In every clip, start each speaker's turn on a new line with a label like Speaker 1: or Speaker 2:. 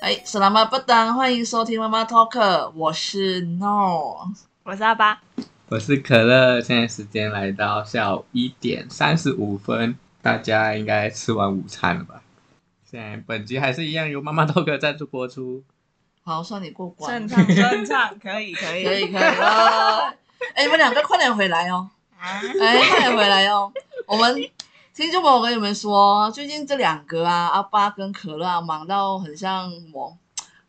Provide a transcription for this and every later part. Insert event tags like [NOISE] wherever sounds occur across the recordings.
Speaker 1: 哎，Selamat petang，欢迎收听妈妈 Talk，我是 No。
Speaker 2: 我是阿巴，
Speaker 3: 我是可乐，现在时间来到下午一点三十五分，大家应该吃完午餐了吧？现在本集还是一样由妈妈豆哥赞助播出。
Speaker 1: 好，算你过关，
Speaker 2: 正
Speaker 1: 可
Speaker 2: 常顺畅，可以可以 [LAUGHS]
Speaker 1: 以可以了。哎，你们两个快点回来哦！
Speaker 2: 啊，
Speaker 1: 哎，快点回来哦！我们听众朋友跟你们说，最近这两个啊，阿爸跟可乐啊，忙到很像我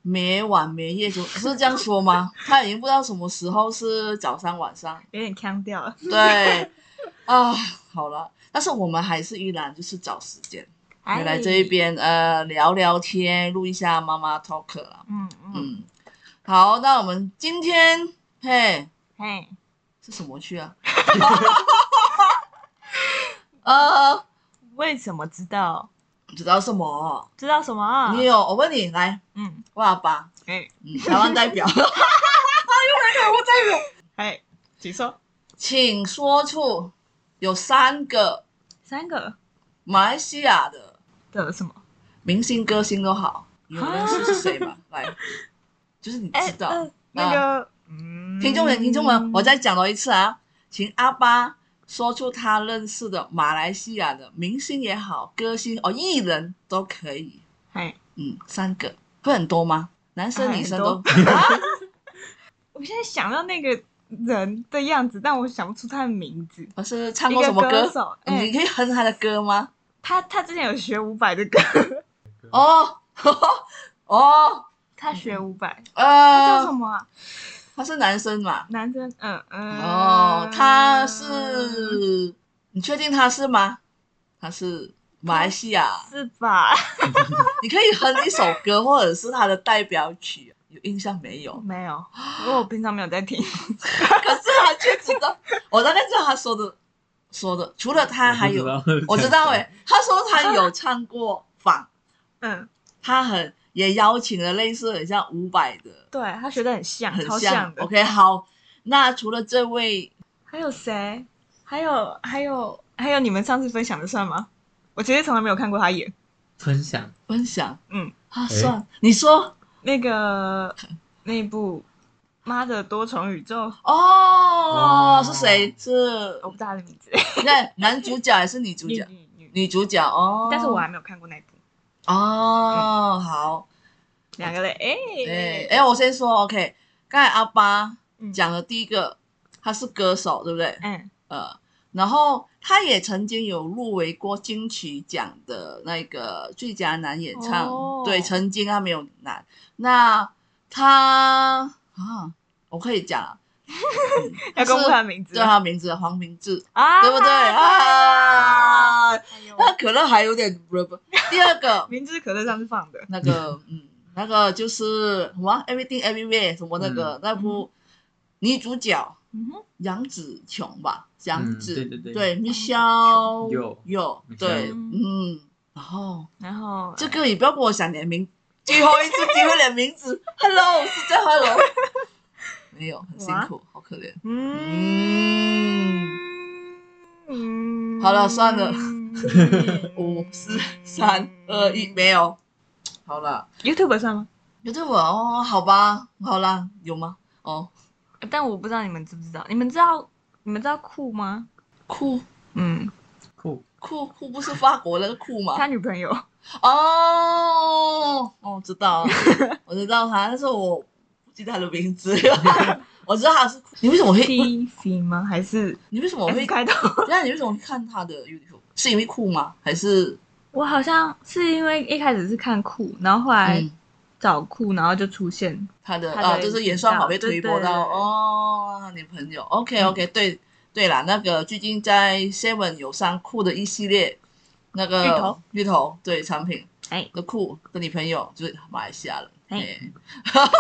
Speaker 1: 没晚没夜，就是这样说吗？他已经不知道什么时候是早上晚上。
Speaker 2: 有点腔调了。
Speaker 1: 对，啊，好了，但是我们还是依然就是找时间。你来这一边呃聊聊天，录一下妈妈 talk 啦。
Speaker 2: 嗯嗯，
Speaker 1: 嗯，好，那我们今天嘿
Speaker 2: 嘿，
Speaker 1: 是什么去啊？ [LAUGHS] 呃，
Speaker 2: 为什么知道？
Speaker 1: 知道什么？
Speaker 2: 知道什么？
Speaker 1: 你有？我问你，来，
Speaker 2: 嗯，
Speaker 1: 我阿爸，
Speaker 2: 哎
Speaker 1: 嗯，台湾代表，又来了，我代表，
Speaker 2: 哎，请说。
Speaker 1: [LAUGHS] 请说出有三个
Speaker 2: 三个
Speaker 1: 马来西亚的
Speaker 2: 的什么？
Speaker 1: 明星歌星都好，你有认识是谁吗？来，就是你知道。啊
Speaker 2: 呃那个，嗯，
Speaker 1: 听众们，听众们，我再讲多一次啊，请阿巴说出他认识的马来西亚的明星也好，歌星哦，艺人都可以。
Speaker 2: 哎，
Speaker 1: 嗯，三个会很多吗？男生、
Speaker 2: 啊
Speaker 1: 女生都啊
Speaker 2: 很。 [LAUGHS] 我现在想到那个人的样子，但我想不出他的名字。
Speaker 1: 我是唱
Speaker 2: 一
Speaker 1: 过
Speaker 2: 个
Speaker 1: 什么
Speaker 2: 歌手？
Speaker 1: 嗯你
Speaker 2: 哎，
Speaker 1: 可以哼他的歌吗？
Speaker 2: 他他之前有学伍佰的歌， [LAUGHS]
Speaker 1: 哦， [LAUGHS] 哦，
Speaker 2: 他学伍佰，他叫什
Speaker 1: 呃，
Speaker 2: 么啊？
Speaker 1: 他是男生嘛？
Speaker 2: 男生，嗯嗯。
Speaker 1: 哦，他是，你确定他是吗？他是马来西亚。
Speaker 2: 是吧？
Speaker 1: 你可以哼一首歌，或者是他的代表曲，有印象没有？[LAUGHS]
Speaker 2: 哦没有，因为我平常没有在听。
Speaker 1: 可是他却知道，我大概知道他说的说的，除了他啊还有，我知道哎、
Speaker 3: 哎、
Speaker 1: 他说他有唱过访，
Speaker 2: [LAUGHS] 嗯，
Speaker 1: 他很也邀请了类似很像伍佰的，
Speaker 2: 对他学的很像，
Speaker 1: 很
Speaker 2: 超
Speaker 1: 像。
Speaker 2: 的。
Speaker 1: OK，好，那除了这位，
Speaker 2: 还有谁？还有还有还有，你们上次分享的算吗？我其实从来没有看过他演
Speaker 3: 分享
Speaker 1: 分享，
Speaker 2: 嗯，
Speaker 1: 啊，
Speaker 3: 诶
Speaker 1: 算你说 [LAUGHS]
Speaker 2: 那个那部《妈的多重宇宙》，
Speaker 1: 哦，
Speaker 3: 哦
Speaker 1: 是谁？是
Speaker 2: 我不知道他的名字，
Speaker 1: 那男主角还是女主
Speaker 2: 女
Speaker 1: 角？
Speaker 2: 女女，
Speaker 1: 女主角哦，
Speaker 2: 但是我还没有看过那部。
Speaker 1: 哦，好。
Speaker 2: 两个嘞，
Speaker 1: 哎
Speaker 2: 哎
Speaker 1: 哎，我先说，OK，刚才阿巴
Speaker 2: 嗯，
Speaker 1: 讲的第一个，他是歌手，对不对？
Speaker 2: 嗯，
Speaker 1: 呃，然后他也曾经有入围过金曲奖的那个最佳男演唱，
Speaker 2: 哦
Speaker 1: 对，曾经他没有拿。那他啊，我可以
Speaker 2: [LAUGHS]
Speaker 1: 讲啊，嗯
Speaker 2: 要公布
Speaker 1: 是
Speaker 2: 他的名字
Speaker 1: 对他名字黄明志，
Speaker 2: 啊，
Speaker 1: 对不对啊？
Speaker 2: 哎呦
Speaker 1: 那可乐还有点不不，第二个
Speaker 2: 明知可乐上次放的，
Speaker 1: 那个嗯，那个就是什么 Everything Everywhere 什么那个、那部女主角
Speaker 2: 嗯哼，
Speaker 1: 杨紫琼吧，杨
Speaker 3: 嗯
Speaker 1: 紫、
Speaker 3: 对对对
Speaker 1: ，Michelle
Speaker 3: 有
Speaker 1: 有
Speaker 3: Michelle
Speaker 1: 对
Speaker 3: 有
Speaker 1: 嗯，然后
Speaker 2: 然后
Speaker 1: 这个也不要跟我想你的名，最后一次机会的名字 [LAUGHS] ，Hello 是叫 Hello，没有很辛苦，好可怜，
Speaker 2: 嗯。
Speaker 1: 嗯，
Speaker 2: 嗯
Speaker 1: 好了算了五四三二一，没有，好了，
Speaker 2: YouTube 算吗？
Speaker 1: 有对我哦，好吧，好啦，有吗？哦，
Speaker 2: 但我不知道你们知不知道，你们知道你们知道酷吗？
Speaker 1: 酷
Speaker 2: 嗯，
Speaker 3: 酷，
Speaker 1: 酷酷不是法国那个酷吗？
Speaker 2: 他女朋友，
Speaker 1: 哦，哦，知道了，我知道他，但是我不记得他的名字。 [LAUGHS] 我知道他是，你为什么会？
Speaker 2: T C 吗？还是
Speaker 1: 你为什么
Speaker 2: 还
Speaker 1: 会
Speaker 2: 是？开头？
Speaker 1: 那你为什么会看他的 YouTube？是因为酷吗？还是？
Speaker 2: 我好像是因为一开始是看酷，然后后来
Speaker 1: 嗯，
Speaker 2: 找酷，然后就出现。
Speaker 1: 他的
Speaker 2: 他的
Speaker 1: 啊，就是演算法被推播
Speaker 2: 对对
Speaker 1: 到
Speaker 2: 对嗯
Speaker 1: 哦，他女朋友。OK OK，对对啦，那个最近在 Seven 有上酷的一系列那个
Speaker 2: 芋头
Speaker 1: 芋头对产品，
Speaker 2: 哎
Speaker 1: 的酷的女朋友就是马来西亚人，
Speaker 2: 哎
Speaker 1: 哎， [LAUGHS]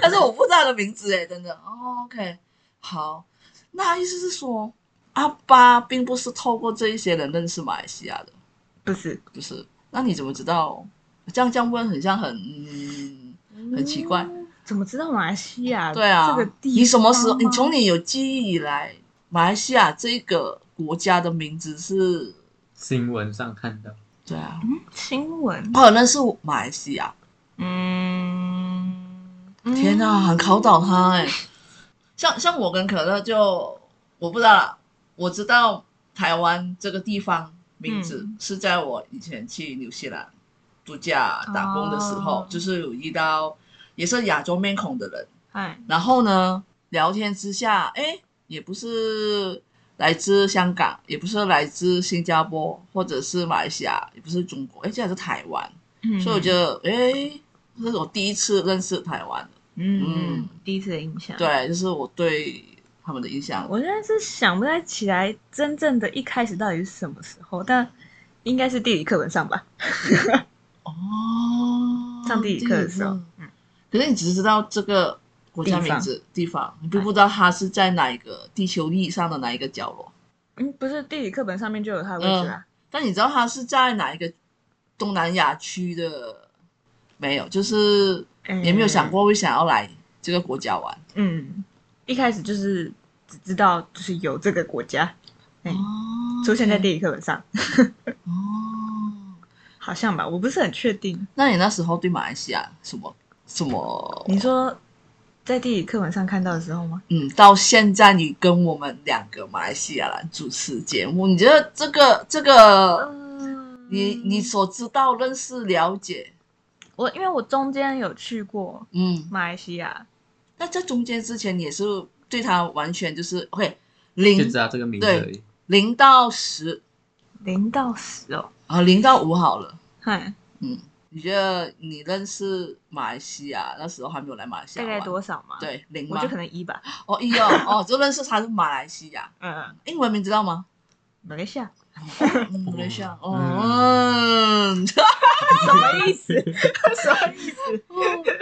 Speaker 1: 但是我不知道她的名字哎，真的。哦、OK，好，那意思是说，阿巴并不是透过这一些人认识马来西亚的，
Speaker 2: 不是，
Speaker 1: 不是？那你怎么知道？这样这样问很像很，嗯，很奇怪
Speaker 2: 嗯。怎么知道马来西亚？
Speaker 1: 对啊，
Speaker 2: 这个地
Speaker 1: 你什么时候？
Speaker 2: 方
Speaker 1: 你
Speaker 2: 吗
Speaker 1: 从你有记忆以来，马来西亚这个国家的名字是？
Speaker 3: 新闻上看到，
Speaker 1: 对啊，
Speaker 2: 嗯新闻
Speaker 1: 我有认识马来西亚，
Speaker 2: 嗯，
Speaker 1: 天哪，很考倒他
Speaker 2: 欸
Speaker 1: 哎、像像我跟可乐就我不知道啦，我知道台湾这个地方名字
Speaker 2: 嗯
Speaker 1: 是在我以前去纽西兰度假打工的时候，
Speaker 2: 哦
Speaker 1: 就是有遇到也是亚洲面孔的人，
Speaker 2: 哎，
Speaker 1: 然后呢聊天之下，哎，也不是来自香港，也不是来自新加坡或者是马来西亚，也不是中国，哎，竟然是台湾，
Speaker 2: 嗯
Speaker 1: 所以我觉得哎，这是我第一次认识台湾。
Speaker 2: 嗯，
Speaker 1: 嗯
Speaker 2: 嗯第一次的印象。，
Speaker 1: 对，就是我对他们的印象。
Speaker 2: 啊我现在是想不太起来真正的一开始到底是什么时候，但应该是地理课本上吧。
Speaker 1: 哦
Speaker 2: 上地理课的时候，嗯，
Speaker 1: 可是你只知道这个国家
Speaker 2: 地
Speaker 1: 名
Speaker 2: 方
Speaker 1: 字地方，你并不知道它是在哪一个地球仪上的哪一个角落，
Speaker 2: 嗯，不是地理课本上面就有它的位置啊。
Speaker 1: 但你知道它是在哪一个东南亚区的？没有，就是也没有想过会想要来这个国家玩。
Speaker 2: 嗯，一开始就是只知道就是有这个国家嗯
Speaker 1: 哦
Speaker 2: 出现在地理课本上，
Speaker 1: 哦，
Speaker 2: 好像吧，我不是很确定。
Speaker 1: 那你那时候对马来西亚什么什么？
Speaker 2: 你说在地理课本上看到的时候吗？
Speaker 1: 嗯，到现在你跟我们两个马来西亚人主持节目，你觉得这个这个
Speaker 2: 嗯
Speaker 1: 你你所知道、认识、了解，
Speaker 2: 我因为我中间有去过
Speaker 1: 嗯，
Speaker 2: 马来西亚，
Speaker 1: 那这中间之前你也是对他完全就是 OK
Speaker 3: 就
Speaker 1: 零
Speaker 3: 知道这个名字而已。
Speaker 1: 零到十
Speaker 2: 零到十哦，
Speaker 1: 啊，零到五好了，
Speaker 2: 嗨，
Speaker 1: 嗯，你觉得你认识马来西亚那时候还没有来马来西
Speaker 2: 大
Speaker 1: 亚
Speaker 2: 概
Speaker 1: 玩，
Speaker 2: 多少嘛？，
Speaker 1: 对零
Speaker 2: 我
Speaker 1: 吗
Speaker 2: 就？可能一吧。
Speaker 1: 哦一哦哦， [LAUGHS] 就认识他是马来西亚，
Speaker 2: 嗯，
Speaker 1: 英文名知道 [LAUGHS] 吗？
Speaker 2: 马来西亚
Speaker 1: 嗯，马来西亚，哦嗯。
Speaker 2: 什么意思？什么意思？
Speaker 1: 哦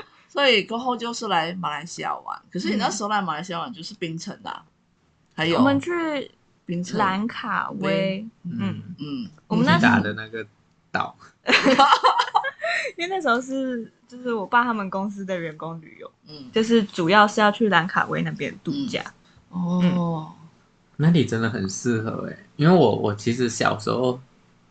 Speaker 1: [LAUGHS] 所以过后就是来马来西亚玩。可是你那时候来马来西亚玩就是槟城啦，还有
Speaker 2: 我们去
Speaker 1: 槟城，
Speaker 2: 兰卡威，
Speaker 3: 嗯，
Speaker 1: 嗯，
Speaker 2: 我们那时
Speaker 3: 打
Speaker 2: 候
Speaker 3: 的那个岛，
Speaker 2: 因为那时候是就是我爸他们公司的员工旅游，
Speaker 1: 嗯
Speaker 2: 就是主要是要去兰卡威那边度假。
Speaker 1: 哦，
Speaker 3: 那里真的很适合哎、因为我我其实小时候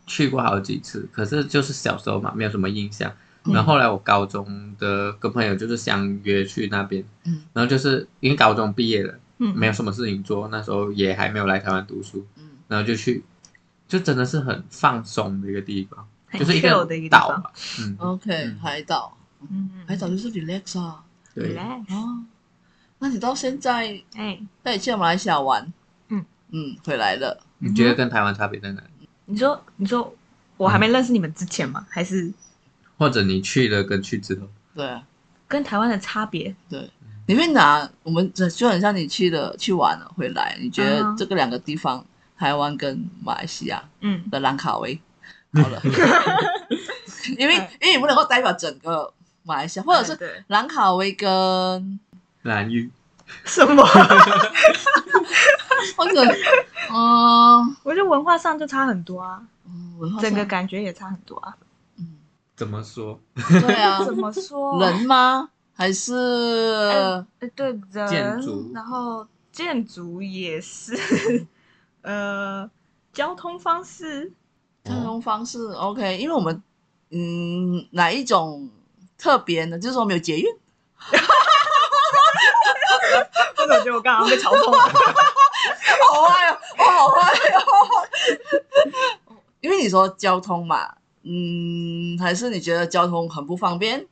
Speaker 3: 去过好几次，可是就是小时候嘛，没有什么印象。
Speaker 1: 嗯
Speaker 3: 然后后来我高中的跟朋友就是相约去那边，
Speaker 1: 嗯
Speaker 3: 然后就是因为高中毕业了，
Speaker 2: 嗯，
Speaker 3: 没有什么事情做，那时候也还没有来台湾读书，
Speaker 1: 嗯
Speaker 3: 然后就去，就真的是很放松的一个地方，
Speaker 2: 很
Speaker 3: 就是一
Speaker 2: chill 的一个地
Speaker 3: 岛
Speaker 2: 方哦
Speaker 3: 嘛，嗯，
Speaker 1: ，OK，
Speaker 3: 嗯
Speaker 1: 海岛，
Speaker 2: 嗯，
Speaker 1: 海岛就是 relax 啊，
Speaker 3: 对，
Speaker 2: 来，
Speaker 1: 哦，那你到现在
Speaker 2: 哎，
Speaker 1: 带你去马来西亚玩，
Speaker 2: 嗯
Speaker 1: 嗯，回来了，
Speaker 3: 你觉得跟台湾差别在哪里？
Speaker 2: 你说你说我还没认识你们之前吗？还是
Speaker 3: 或者你去了跟去之后，
Speaker 1: 对啊
Speaker 2: 跟台湾的差别？
Speaker 1: 对。你会拿我们就就很像你去了去玩了回来，你觉得
Speaker 2: 嗯
Speaker 1: 这个两个地方，台湾跟马来西亚
Speaker 2: 嗯，
Speaker 1: 的兰卡威。好
Speaker 2: [LAUGHS]
Speaker 1: 了，因
Speaker 2: 嗯
Speaker 1: 为因为你不能够代表整个马来西亚，或者
Speaker 2: 哎
Speaker 1: 是
Speaker 2: 对
Speaker 1: 兰卡威
Speaker 2: [LAUGHS]
Speaker 1: 跟
Speaker 3: 蓝屿，
Speaker 2: 什么？
Speaker 1: 或者嗯
Speaker 2: [LAUGHS] 我觉得文化上就差很多啊，
Speaker 1: 嗯文化上
Speaker 2: 整个感觉也差很多啊。
Speaker 1: 嗯
Speaker 3: 怎么说？
Speaker 1: 对啊，
Speaker 2: [LAUGHS] 怎么说？
Speaker 1: 人吗？还是
Speaker 2: 哎呃对人，
Speaker 3: 建筑
Speaker 2: 然后建筑也是， [LAUGHS] 呃，交通方 [LAUGHS] 式，
Speaker 1: 交通方式？OK，因为我们嗯哪一种特别呢？就是说没有捷运，
Speaker 2: 或者我觉得我刚刚被嘲讽了。
Speaker 1: 好坏哦，我好坏哦。因为你说交通嘛，嗯，还是你觉得交通很不方便，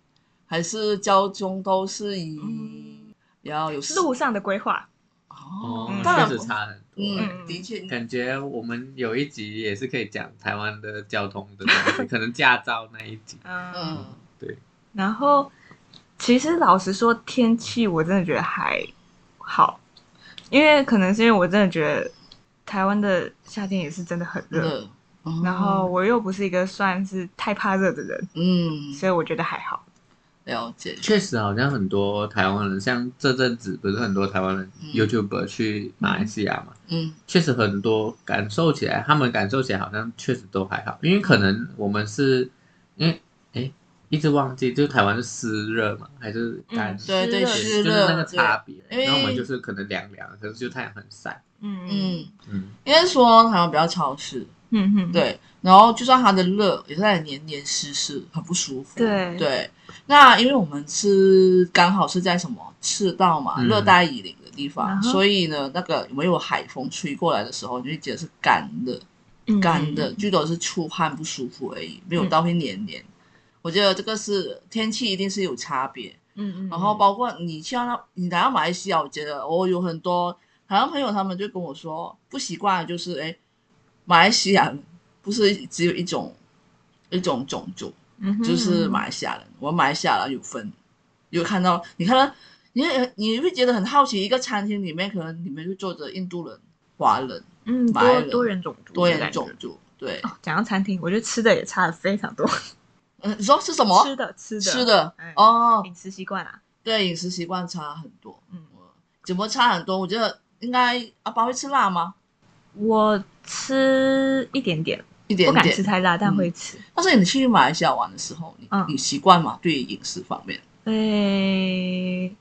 Speaker 1: 还是交通都是以
Speaker 2: 嗯
Speaker 1: 要有
Speaker 2: [LAUGHS] 路上的规划，
Speaker 1: 哦
Speaker 3: 哦，
Speaker 2: 嗯
Speaker 1: 当然
Speaker 3: 确
Speaker 1: 不
Speaker 3: 实差很多。
Speaker 1: 嗯，
Speaker 2: 嗯
Speaker 1: 的确，
Speaker 3: 感觉我们有一集也是可以讲台湾的交通的东
Speaker 2: [LAUGHS]
Speaker 3: 西，可能驾照那一集。
Speaker 2: 嗯，
Speaker 1: 嗯
Speaker 3: 对，
Speaker 2: 然后其实老实说，天气我真的觉得还好，因为可能是因为我真的觉得台湾的夏天也是真的很热，
Speaker 1: 热，嗯
Speaker 2: 然后我又不是一个算是太怕热的人，
Speaker 1: 嗯，
Speaker 2: 所以我觉得还好。
Speaker 1: 了解，
Speaker 3: 确实好像很多台湾人，像这阵子不是很多台湾人
Speaker 1: 嗯
Speaker 3: YouTuber 去马来西亚嘛，
Speaker 1: 嗯
Speaker 3: 确实很多感受起来，他们感受起来好像确实都还好，因为可能我们是因为哎一直忘记，就是台湾是湿热嘛，还是干
Speaker 2: 嗯
Speaker 3: 湿？
Speaker 1: 对对，
Speaker 2: 湿
Speaker 1: 湿
Speaker 2: 热
Speaker 3: 就是那
Speaker 1: 热
Speaker 3: 个，差别，
Speaker 1: 因为
Speaker 3: 然后我们就是可能凉凉，可是就太阳很晒，
Speaker 2: 嗯
Speaker 1: 对嗯，
Speaker 3: 嗯，
Speaker 1: 应该说台湾比较潮湿，
Speaker 2: 嗯嗯，
Speaker 1: 对，然后就算它的热也是在黏黏湿湿，很不舒服。
Speaker 2: 对
Speaker 1: 对，那因为我们是刚好是在什么赤道嘛，
Speaker 3: 嗯
Speaker 1: 热带雨林的地
Speaker 2: 然
Speaker 1: 方，
Speaker 2: 后
Speaker 1: 所以呢，那个没有海风吹过来的时候，你就会觉得是干热，
Speaker 2: 嗯
Speaker 1: 干的，最多是出汗不舒服而已，没有到会黏黏。我觉得这个是天气一定是有差别，
Speaker 2: 嗯嗯，
Speaker 1: 然后包括你像那，你来到马来西亚，我觉得我、哦、有很多台湾朋友，他们就跟我说不习惯，就是哎，马来西亚人不是只有一种一种种族，
Speaker 2: 嗯哼
Speaker 1: 就是马来西亚人，我们马来西亚人有分，有看到你看到你会你会觉得很好奇，一个餐厅里面可能里面就坐着印度人、华人、
Speaker 2: 嗯
Speaker 1: 马来
Speaker 2: 多
Speaker 1: 人
Speaker 2: 多元种族的
Speaker 1: 多元
Speaker 2: 感觉
Speaker 1: 种族，对，
Speaker 2: 哦讲到餐厅，我觉得吃的也差的非常多。
Speaker 1: 嗯，你说是什么
Speaker 2: 吃的吃的
Speaker 1: 吃的
Speaker 2: 哎
Speaker 1: 哦，
Speaker 2: 饮食习惯啊，
Speaker 1: 对，饮食习惯差很多，
Speaker 2: 嗯，
Speaker 1: 怎么差很多？我觉得应该阿爸会吃辣吗？
Speaker 2: 我吃一点点，
Speaker 1: 一
Speaker 2: 不
Speaker 1: 点
Speaker 2: 敢
Speaker 1: 点嗯
Speaker 2: 吃，太辣，但会吃。
Speaker 1: 但是你去马来西亚玩的时候，你、
Speaker 2: 嗯
Speaker 1: 你习惯吗？对于饮食方面，
Speaker 2: 哎诶，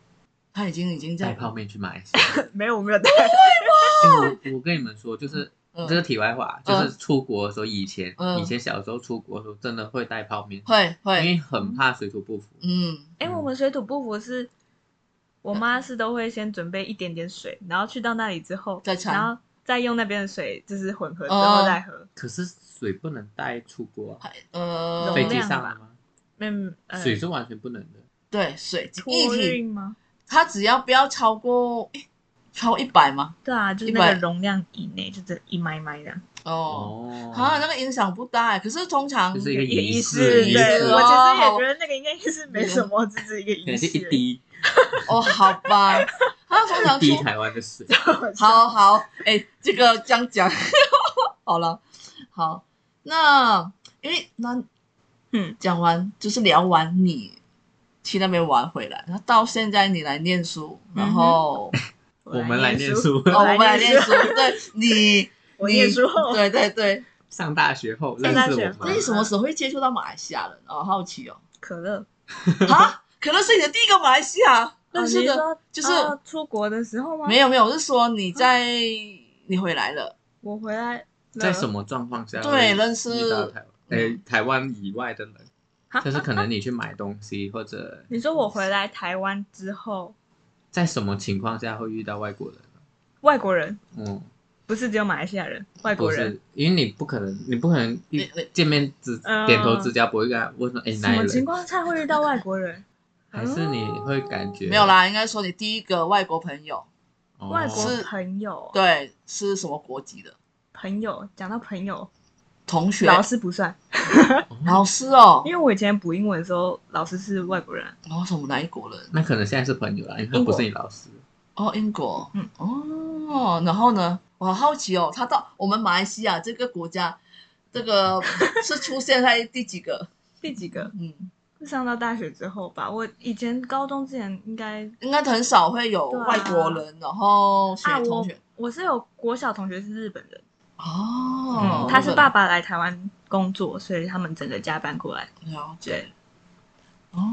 Speaker 1: 他已经已经在
Speaker 3: 带泡面去马来
Speaker 1: [LAUGHS]
Speaker 3: 西亚。
Speaker 2: 没有我没有带，
Speaker 3: 哎我我跟你们说，就是
Speaker 1: 嗯
Speaker 3: 这是题外话，就
Speaker 1: 嗯
Speaker 3: 是出国的时候，以前
Speaker 1: 嗯
Speaker 3: 以前小时候出国的时候，真的会带泡面，
Speaker 1: 会
Speaker 3: 因
Speaker 1: 会，
Speaker 3: 为很怕水土不服。
Speaker 1: 嗯，
Speaker 2: 哎，我们水土不服是，我妈是都会先准备一点点水，然后去到那里之后
Speaker 1: 再掺
Speaker 2: 然后再用那边的水就是混合之后
Speaker 1: 哦
Speaker 2: 再喝。
Speaker 3: 可是水不能带出国啊，
Speaker 1: 还呃，
Speaker 2: 容
Speaker 3: 飞机
Speaker 2: 量
Speaker 3: 上
Speaker 2: 吧
Speaker 3: 来吗？
Speaker 2: 嗯，呃
Speaker 3: 水是完全不能的。
Speaker 1: 对水
Speaker 2: 托
Speaker 1: 液体，
Speaker 2: 运吗？
Speaker 1: 它只要不要超过诶超一百吗？
Speaker 2: 对啊，就是
Speaker 1: 一
Speaker 2: 那
Speaker 1: 百
Speaker 2: 个容量以内，就是一麦麦这样。
Speaker 1: 哦，
Speaker 3: 哦，
Speaker 1: 好、像那个影响不大欸，可是通常
Speaker 3: 就是一个仪
Speaker 1: 式
Speaker 3: 仪
Speaker 1: 仪
Speaker 2: 对，
Speaker 1: 式
Speaker 2: 我
Speaker 1: 哦
Speaker 2: 其
Speaker 3: 可
Speaker 2: 实也
Speaker 1: 好
Speaker 2: 觉得那个应该是没什么，只是一个仪
Speaker 3: 能
Speaker 2: 式
Speaker 3: 是
Speaker 2: 而已。 [LAUGHS]
Speaker 3: 一滴
Speaker 1: 哦，好吧，
Speaker 3: [LAUGHS]
Speaker 1: 他通常
Speaker 3: 一滴
Speaker 1: 出
Speaker 3: 台湾的水。
Speaker 1: 好好，哎、这个这样讲好了，好，那因为那
Speaker 2: 嗯，
Speaker 1: 讲完就是聊完你去那边玩回来，那到现在你来念书，
Speaker 2: 嗯
Speaker 1: 然
Speaker 2: [LAUGHS]
Speaker 1: 后、
Speaker 3: 我们来念书
Speaker 1: 哦，我们来念书，对你，
Speaker 2: [LAUGHS] 我
Speaker 1: 你
Speaker 2: 念书后，
Speaker 1: 对对
Speaker 2: [LAUGHS]
Speaker 1: 对，
Speaker 3: 上大学后认
Speaker 2: 大
Speaker 3: 识
Speaker 2: 学
Speaker 3: 我
Speaker 2: 后
Speaker 1: 那
Speaker 3: 们
Speaker 1: 你，什么时候会接触到马来西亚人？哦，好奇哦，
Speaker 2: 可乐，
Speaker 1: 啊， [LAUGHS] 可能是你的第一个马来西亚认识
Speaker 2: 哦你
Speaker 1: 的，
Speaker 2: 说
Speaker 1: 就是
Speaker 2: 哦出国的时候吗？
Speaker 1: 没，有没有，我是说你在你回来了，
Speaker 2: 我回来了
Speaker 3: 在什？么状况下
Speaker 1: 对
Speaker 3: 会
Speaker 1: 认识
Speaker 3: 遇到台湾？
Speaker 1: 嗯
Speaker 3: 哎，台湾以外的人，
Speaker 2: 哈
Speaker 3: 就是可能你去买东西或者
Speaker 2: 啊你说我回来台湾之后，
Speaker 3: 在什么情况下会遇到外国人？
Speaker 2: 外国人
Speaker 3: 嗯，
Speaker 2: 不是只有马来西亚人，外
Speaker 3: 不
Speaker 2: 国人
Speaker 3: 是，因为你不可能，你不可能一
Speaker 1: 你你
Speaker 3: 见面只
Speaker 2: 嗯
Speaker 3: 点头之交，不会跟他问说哎
Speaker 2: 什
Speaker 3: 哪
Speaker 2: 么
Speaker 3: 里
Speaker 2: 情
Speaker 3: 人，
Speaker 2: 况下会遇到外国人？
Speaker 3: [LAUGHS] 还是你会感觉
Speaker 1: 没有啦，应该说你第一个外国朋友。
Speaker 3: 哦
Speaker 2: 外国
Speaker 1: 是
Speaker 2: 朋友，
Speaker 1: 对，是什么国籍的？
Speaker 2: 朋友讲到朋友，
Speaker 1: 同学，
Speaker 2: 老师不算，
Speaker 1: 老师哦
Speaker 2: 因，为我以前补英文的时候，老师是外国人啊，
Speaker 1: 然后什么哪一国人？
Speaker 3: 那可能现在是朋友啦，因为他不是你老师。
Speaker 1: 哦，英国，
Speaker 2: 嗯，
Speaker 1: 哦，然后呢？我好好奇哦，他到我们马来西亚这个国家，这个是出现在第几个？
Speaker 2: 第几个？
Speaker 1: 嗯，
Speaker 2: 上到大学之后吧，我以前高中之前应该
Speaker 1: 应该很少会有
Speaker 2: 对啊
Speaker 1: 外国人，然后学
Speaker 2: 啊，
Speaker 1: 同
Speaker 2: 我
Speaker 1: 学。
Speaker 2: 我是有国小同学是日本人，
Speaker 1: 哦
Speaker 3: 嗯，
Speaker 2: 他是爸爸来台湾工作，所以他们整个家搬过来。
Speaker 1: 了解
Speaker 2: 对。
Speaker 1: 哦，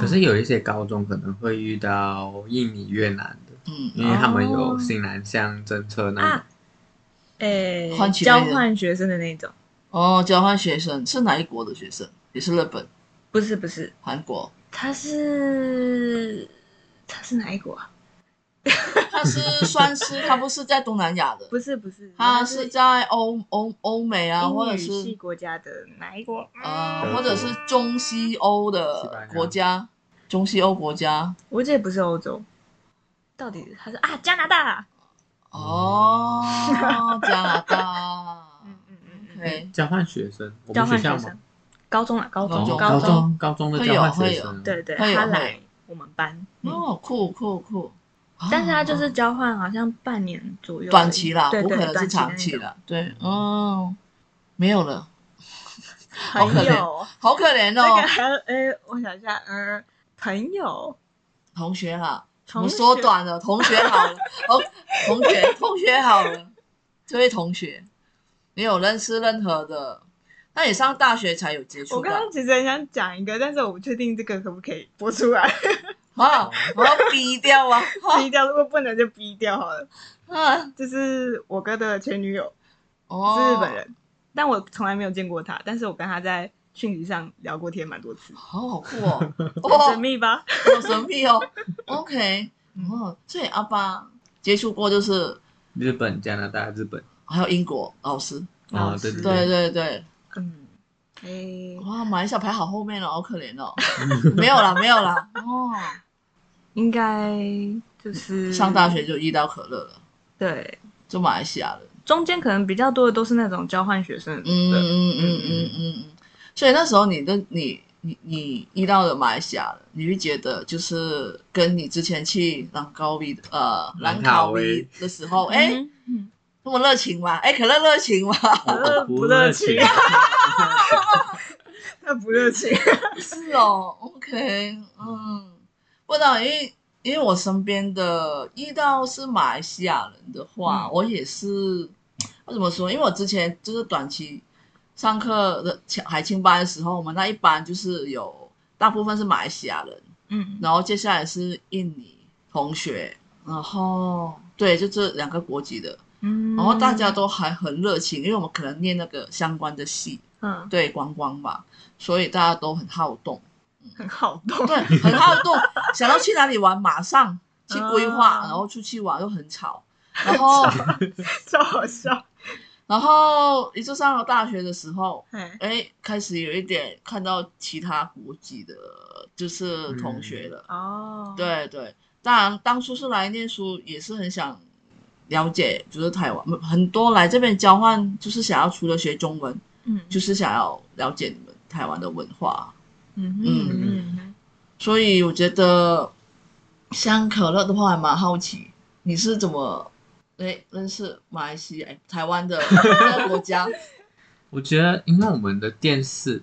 Speaker 3: 可是有一些高中可能会遇到印尼、越南的，
Speaker 1: 嗯，
Speaker 3: 因为他们
Speaker 2: 哦
Speaker 3: 有新南向政策那
Speaker 2: 啊诶、
Speaker 1: 换取
Speaker 2: 交
Speaker 1: 那个
Speaker 2: 换学生的那种，
Speaker 1: 哦，交换学生是哪一国的学生？也是日本、
Speaker 2: 不是不是，
Speaker 1: 韩国，
Speaker 2: 他是他是哪一国啊？
Speaker 1: 他是算是他不是在东南亚的，
Speaker 2: 不是不是，
Speaker 1: 他
Speaker 2: 是
Speaker 1: 啊是在欧欧欧美啊，或
Speaker 2: 英
Speaker 1: 者
Speaker 2: 语系
Speaker 1: 是
Speaker 2: 国家的哪一国？
Speaker 1: 呃，
Speaker 3: 嗯
Speaker 1: 或者是中西欧
Speaker 3: 西班
Speaker 1: 的
Speaker 3: 牙
Speaker 1: 国家，中西欧国家。
Speaker 2: 我记得不是欧洲，到底他是啊加拿大？
Speaker 1: 哦，
Speaker 3: 嗯
Speaker 1: 加拿大。
Speaker 2: 嗯嗯嗯嗯，
Speaker 1: OK，
Speaker 3: 交换学生，我
Speaker 2: 交
Speaker 3: 们
Speaker 2: 换
Speaker 3: 学
Speaker 2: 学
Speaker 3: 校
Speaker 2: 生
Speaker 3: 吗？，
Speaker 2: 高中啊高
Speaker 3: 哦
Speaker 1: 中
Speaker 2: 中
Speaker 3: 高
Speaker 2: 中，
Speaker 3: 高中的
Speaker 1: 会有
Speaker 3: 交换学生，
Speaker 2: 对对，
Speaker 1: 会有
Speaker 2: 他
Speaker 1: 会
Speaker 2: 来
Speaker 1: 有
Speaker 2: 我们班，嗯
Speaker 1: 哦，酷酷酷。啊
Speaker 2: 但是它就是交换，好像半年左右而已，
Speaker 1: 短期啦，
Speaker 2: 对
Speaker 1: 不
Speaker 2: 对，
Speaker 1: 可能是长
Speaker 2: 短
Speaker 1: 期
Speaker 2: 期
Speaker 1: 啦。对，哦，没有了，
Speaker 2: 那
Speaker 1: 好
Speaker 2: 种。
Speaker 1: 可
Speaker 2: 朋
Speaker 1: 怜 [LAUGHS]
Speaker 2: 友，
Speaker 1: 好可怜
Speaker 2: 这个
Speaker 1: 哦，
Speaker 2: 还有哎，我想一下，嗯，朋友，
Speaker 1: 同学啦，我
Speaker 2: 同
Speaker 1: 们缩
Speaker 2: 学，
Speaker 1: 短
Speaker 2: [LAUGHS]
Speaker 1: 了，同学好了，哦，同学，同学好了，这位同学，没有认识任何的，那也上大学才有接触
Speaker 2: 我
Speaker 1: 到
Speaker 2: 刚。刚其实很想讲一个，但是我不确定这个可不可以播出
Speaker 1: [LAUGHS]
Speaker 2: 来，
Speaker 1: 啊，我要逼掉啊！
Speaker 2: [LAUGHS] 逼掉，如果不能就逼掉好了。
Speaker 1: 啊，
Speaker 2: 就是我哥的前女友
Speaker 1: 哦，
Speaker 2: 是日本，人，但我从来没有见过她，但是我跟她在讯息上聊过天蛮多次，
Speaker 1: 好好酷哦，
Speaker 2: 很
Speaker 1: 哇
Speaker 2: 神，秘吧？
Speaker 1: 好神秘哦。OK，哦，所以阿巴接触过就是
Speaker 3: 日本、加拿大、日本。
Speaker 1: 还有英国老师，
Speaker 2: 哦
Speaker 3: 哦，对
Speaker 2: 是
Speaker 1: 对对对，
Speaker 2: 嗯，诶、
Speaker 1: 哇，马来西亚排好后面了，好可怜哦。没有啦，没有啦，哦，
Speaker 2: 应该就是
Speaker 1: 上大学就遇到可乐了，
Speaker 2: 对，
Speaker 1: 就马来西亚人。
Speaker 2: 中间可能比较多的都是那种交换学生的，
Speaker 1: 嗯嗯嗯嗯嗯嗯。所以那时候你的你你你遇到了马来西亚人，你会觉得就是跟你之前去兰高威的呃兰
Speaker 3: 兰
Speaker 1: 考
Speaker 3: 考
Speaker 1: 威
Speaker 3: 威
Speaker 1: 的时候，哎、
Speaker 2: 嗯嗯
Speaker 1: 那么热情吗？哎，可乐热情吗？
Speaker 2: 呃
Speaker 1: 哦
Speaker 3: 不
Speaker 2: 不热
Speaker 3: 热
Speaker 2: 情
Speaker 3: 情，
Speaker 2: 那不热情，
Speaker 1: [LAUGHS] 是哦，OK，嗯，不知道，因为因为我身边的遇到是马来西亚人的话，
Speaker 2: 嗯
Speaker 1: 我也是，我怎么说？因为我之前就是短期上课的前海青班的时候，我们那一班就是有大部分是马来西亚人，
Speaker 2: 嗯
Speaker 1: 然后接下来是印尼同学，然后对，就这两个国籍的，
Speaker 2: 嗯
Speaker 1: 然后哦大家都还很热情，因为我们可能念那个相关的系，
Speaker 2: 嗯
Speaker 1: 对，观光吧，所以大家都很好动。
Speaker 2: 很好
Speaker 1: [LAUGHS]
Speaker 2: 动，
Speaker 1: 对，很好动，想要去哪里玩，马上去规划，
Speaker 2: 啊
Speaker 1: 然后出去玩又很吵，然后
Speaker 2: 超好笑，
Speaker 1: 然后一直上了大学的时候，
Speaker 2: 哎，
Speaker 1: 哎，开始有一点看到其他国籍的，就是同学了，
Speaker 2: 哦，，
Speaker 1: 对对，当然当初是来念书，也是很想。了解就是台湾很多来这边交换，就是想要除了学中文，
Speaker 2: 嗯，
Speaker 1: 就是想要了解你们台湾的文化。
Speaker 2: 嗯哼
Speaker 1: 嗯
Speaker 2: 嗯哼，
Speaker 1: 所以我觉得，像可乐的话，还蛮好奇你是怎么哎认识马来西亚、哎台湾
Speaker 2: [LAUGHS]
Speaker 1: 的那个国家？
Speaker 3: [LAUGHS] 我觉得，因为我们的电视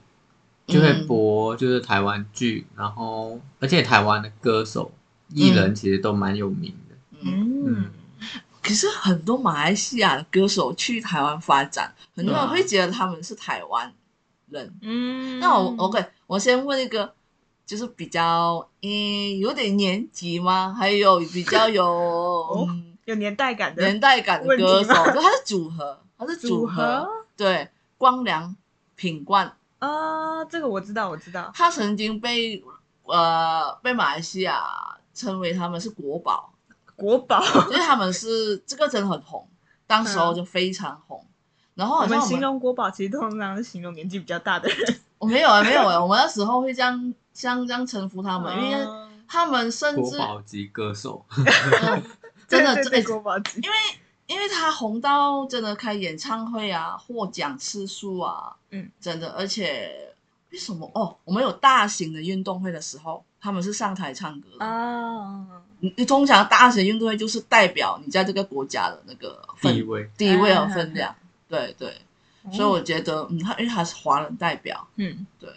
Speaker 3: 就会
Speaker 1: 嗯
Speaker 3: 播就是台湾剧，然后而且台湾的歌手、艺人其实都蛮有名的。
Speaker 1: 嗯，
Speaker 2: 嗯
Speaker 3: 嗯，
Speaker 1: 可是很多马来西亚的歌手去台湾发展，很多人会觉得他们是台湾人。
Speaker 2: 嗯，
Speaker 1: 那我 OK，我先问一个，就是比较嗯有点年纪吗？还有比较有、嗯
Speaker 2: 有年代感的
Speaker 1: 年代感的歌
Speaker 2: 哦问题
Speaker 1: 手，
Speaker 2: 吗
Speaker 1: 就他是组合，他是
Speaker 2: 组
Speaker 1: 合
Speaker 2: 合
Speaker 1: 对，光良、品冠，
Speaker 2: 啊，这个我知道，我知道，
Speaker 1: 他曾经被呃被马来西亚称为他们是国宝，
Speaker 2: 国宝，
Speaker 1: 因为他们是这个真的很红，当时候就非常红。然后
Speaker 2: 我
Speaker 1: 好像
Speaker 2: 们
Speaker 1: 我
Speaker 2: 形
Speaker 1: 们
Speaker 2: 容国宝其实通常是形容年纪比较大的人，
Speaker 1: 我没有啊，没有啊，我们那时候会这样 [LAUGHS] 像这样称呼他们，因为
Speaker 2: 哦
Speaker 1: 他们甚
Speaker 3: 国
Speaker 1: 至、
Speaker 3: 宝级歌手，
Speaker 1: 嗯真的
Speaker 2: 对
Speaker 1: 真
Speaker 2: 对对
Speaker 1: 的
Speaker 2: 国宝级，
Speaker 1: 因为他红到真的开演唱会啊，获奖次数啊，
Speaker 2: 嗯，
Speaker 1: 真的，而且为什么哦？我们有大型的运动会的时候，他们是上台唱歌的。
Speaker 2: 啊，
Speaker 1: 你你通常大型运动会就是代表你在这个国家的那个分
Speaker 3: 地位
Speaker 1: 地位
Speaker 2: 嗯
Speaker 1: 和分量，对对。所以我
Speaker 2: 哦
Speaker 1: 觉得，嗯，他因为他是华人代表，
Speaker 2: 嗯，
Speaker 1: 对。